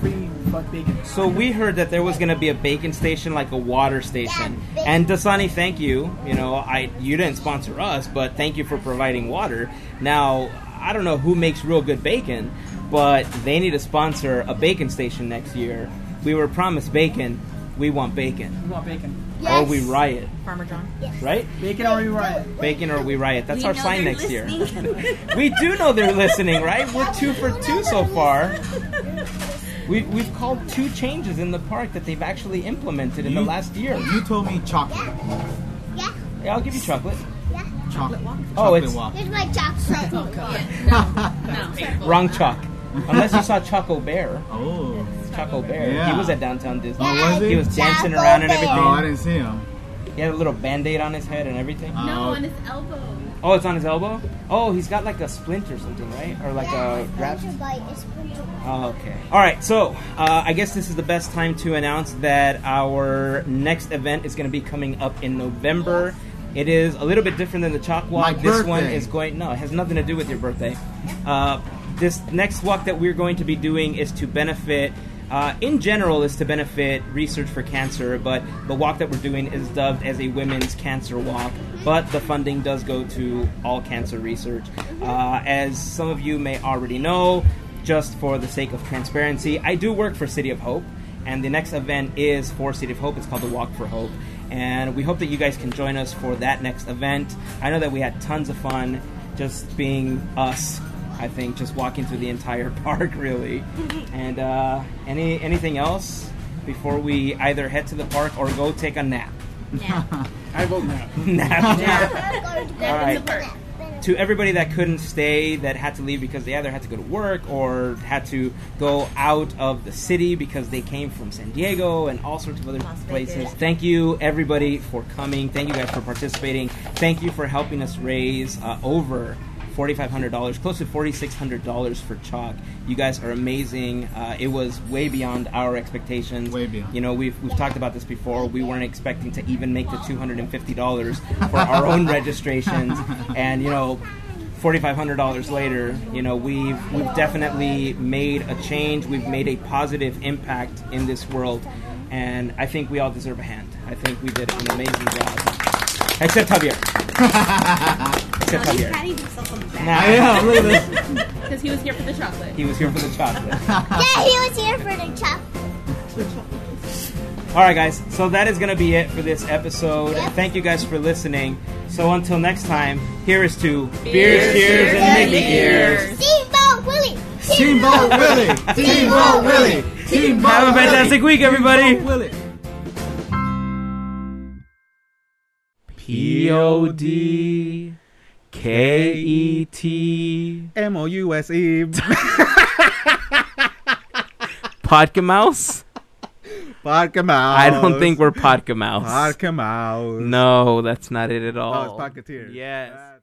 free butt bacon. So we heard that there was going to be a bacon station, like a water station. And Dasani, thank you. You know, I you didn't sponsor us, but thank you for providing water. Now I don't know who makes real good bacon, but they need to sponsor a bacon station next year. We were promised bacon. We want bacon, We want bacon. or Oh, we riot. Farmer John. Right? Bacon or we riot. Bacon or we riot. That's We our know sign they're next year. listening. We do know they're listening, right? We're two for two so far. We, we've called two changes in the park that they've actually implemented in the You- last year. You told me chocolate. Yeah, Yeah, I'll give you chocolate. yeah. Chocolate walk. Oh, it's- walk. Here's my chocolate. Oh, Wrong chalk. Unless you saw Choco Bear. Oh. Choco Bear. He Yeah. was at Downtown Disney. Oh, was he? was dancing Choco around and Bear. Oh, I everything. didn't see him. He had a little band aid on his head and everything. No, Oh, on his elbow. Oh, Oh, it's on his elbow. Oh, he's got like a splint or something, right? Or like yeah, a it's wrap. Splinter Bite, it's Splinter Bite. Oh, okay. All right. So uh, I guess this is the best time to announce that our next event is going to be coming up in November. It is a little bit different than the chalk walk. My this one birthday. is going. No, it has nothing to do with your birthday. Uh, this next walk that we're going to be doing is to benefit. Uh, in general, is to benefit research for cancer, but the walk that we're doing is dubbed as a women's cancer walk. But the funding does go to all cancer research. Uh, as some of you may already know, just for the sake of transparency, I do work for City of Hope, and the next event is for City of Hope. It's called the Walk for Hope, and we hope that you guys can join us for that next event. I know that we had tons of fun just being us. I think just walking through the entire park, really. And uh, any anything else before we either head to the park or go take a nap? I vote now. Nap. I'm going to go All right. to the back. to everybody that couldn't stay, that had to leave because they either had to go to work or had to go out of the city because they came from San Diego and all sorts of other Las Vegas. places. Thank you, everybody, for coming. Thank you guys for participating. Thank you for helping us raise uh, over. $4,500, close to $4,600 for Chalk. You guys are amazing. Uh, it was way beyond our expectations. Way beyond. You know, we've, we've talked about this before. We weren't expecting to even make the $250 for our own registrations. And, you know, $4,500 later, you know, we've, we've definitely made a change. We've made a positive impact in this world. And I think we all deserve a hand. I think we did an amazing job. Except Javier. Except he's Javier. patting himself on the back. Nah, look at this. Because he was here for the chocolate. He was here for the chocolate. Yeah, he was here for the chop. All right, guys. So that is going to be it for this episode. And Thank you guys for listening. So until next time, here is to beers, cheers, and Mickey ears. Steamboat Willie. Steamboat Willie! Steamboat Willie! Steamboat Have a fantastic week, everybody. Willie! P O D K E T M O U S E. Podka Mouse. Vodka Mouse. I don't think we're Podka Mouse. Vodka Mouse. No, that's not it at all. Oh, it's Pocketeers. Yes. Ah.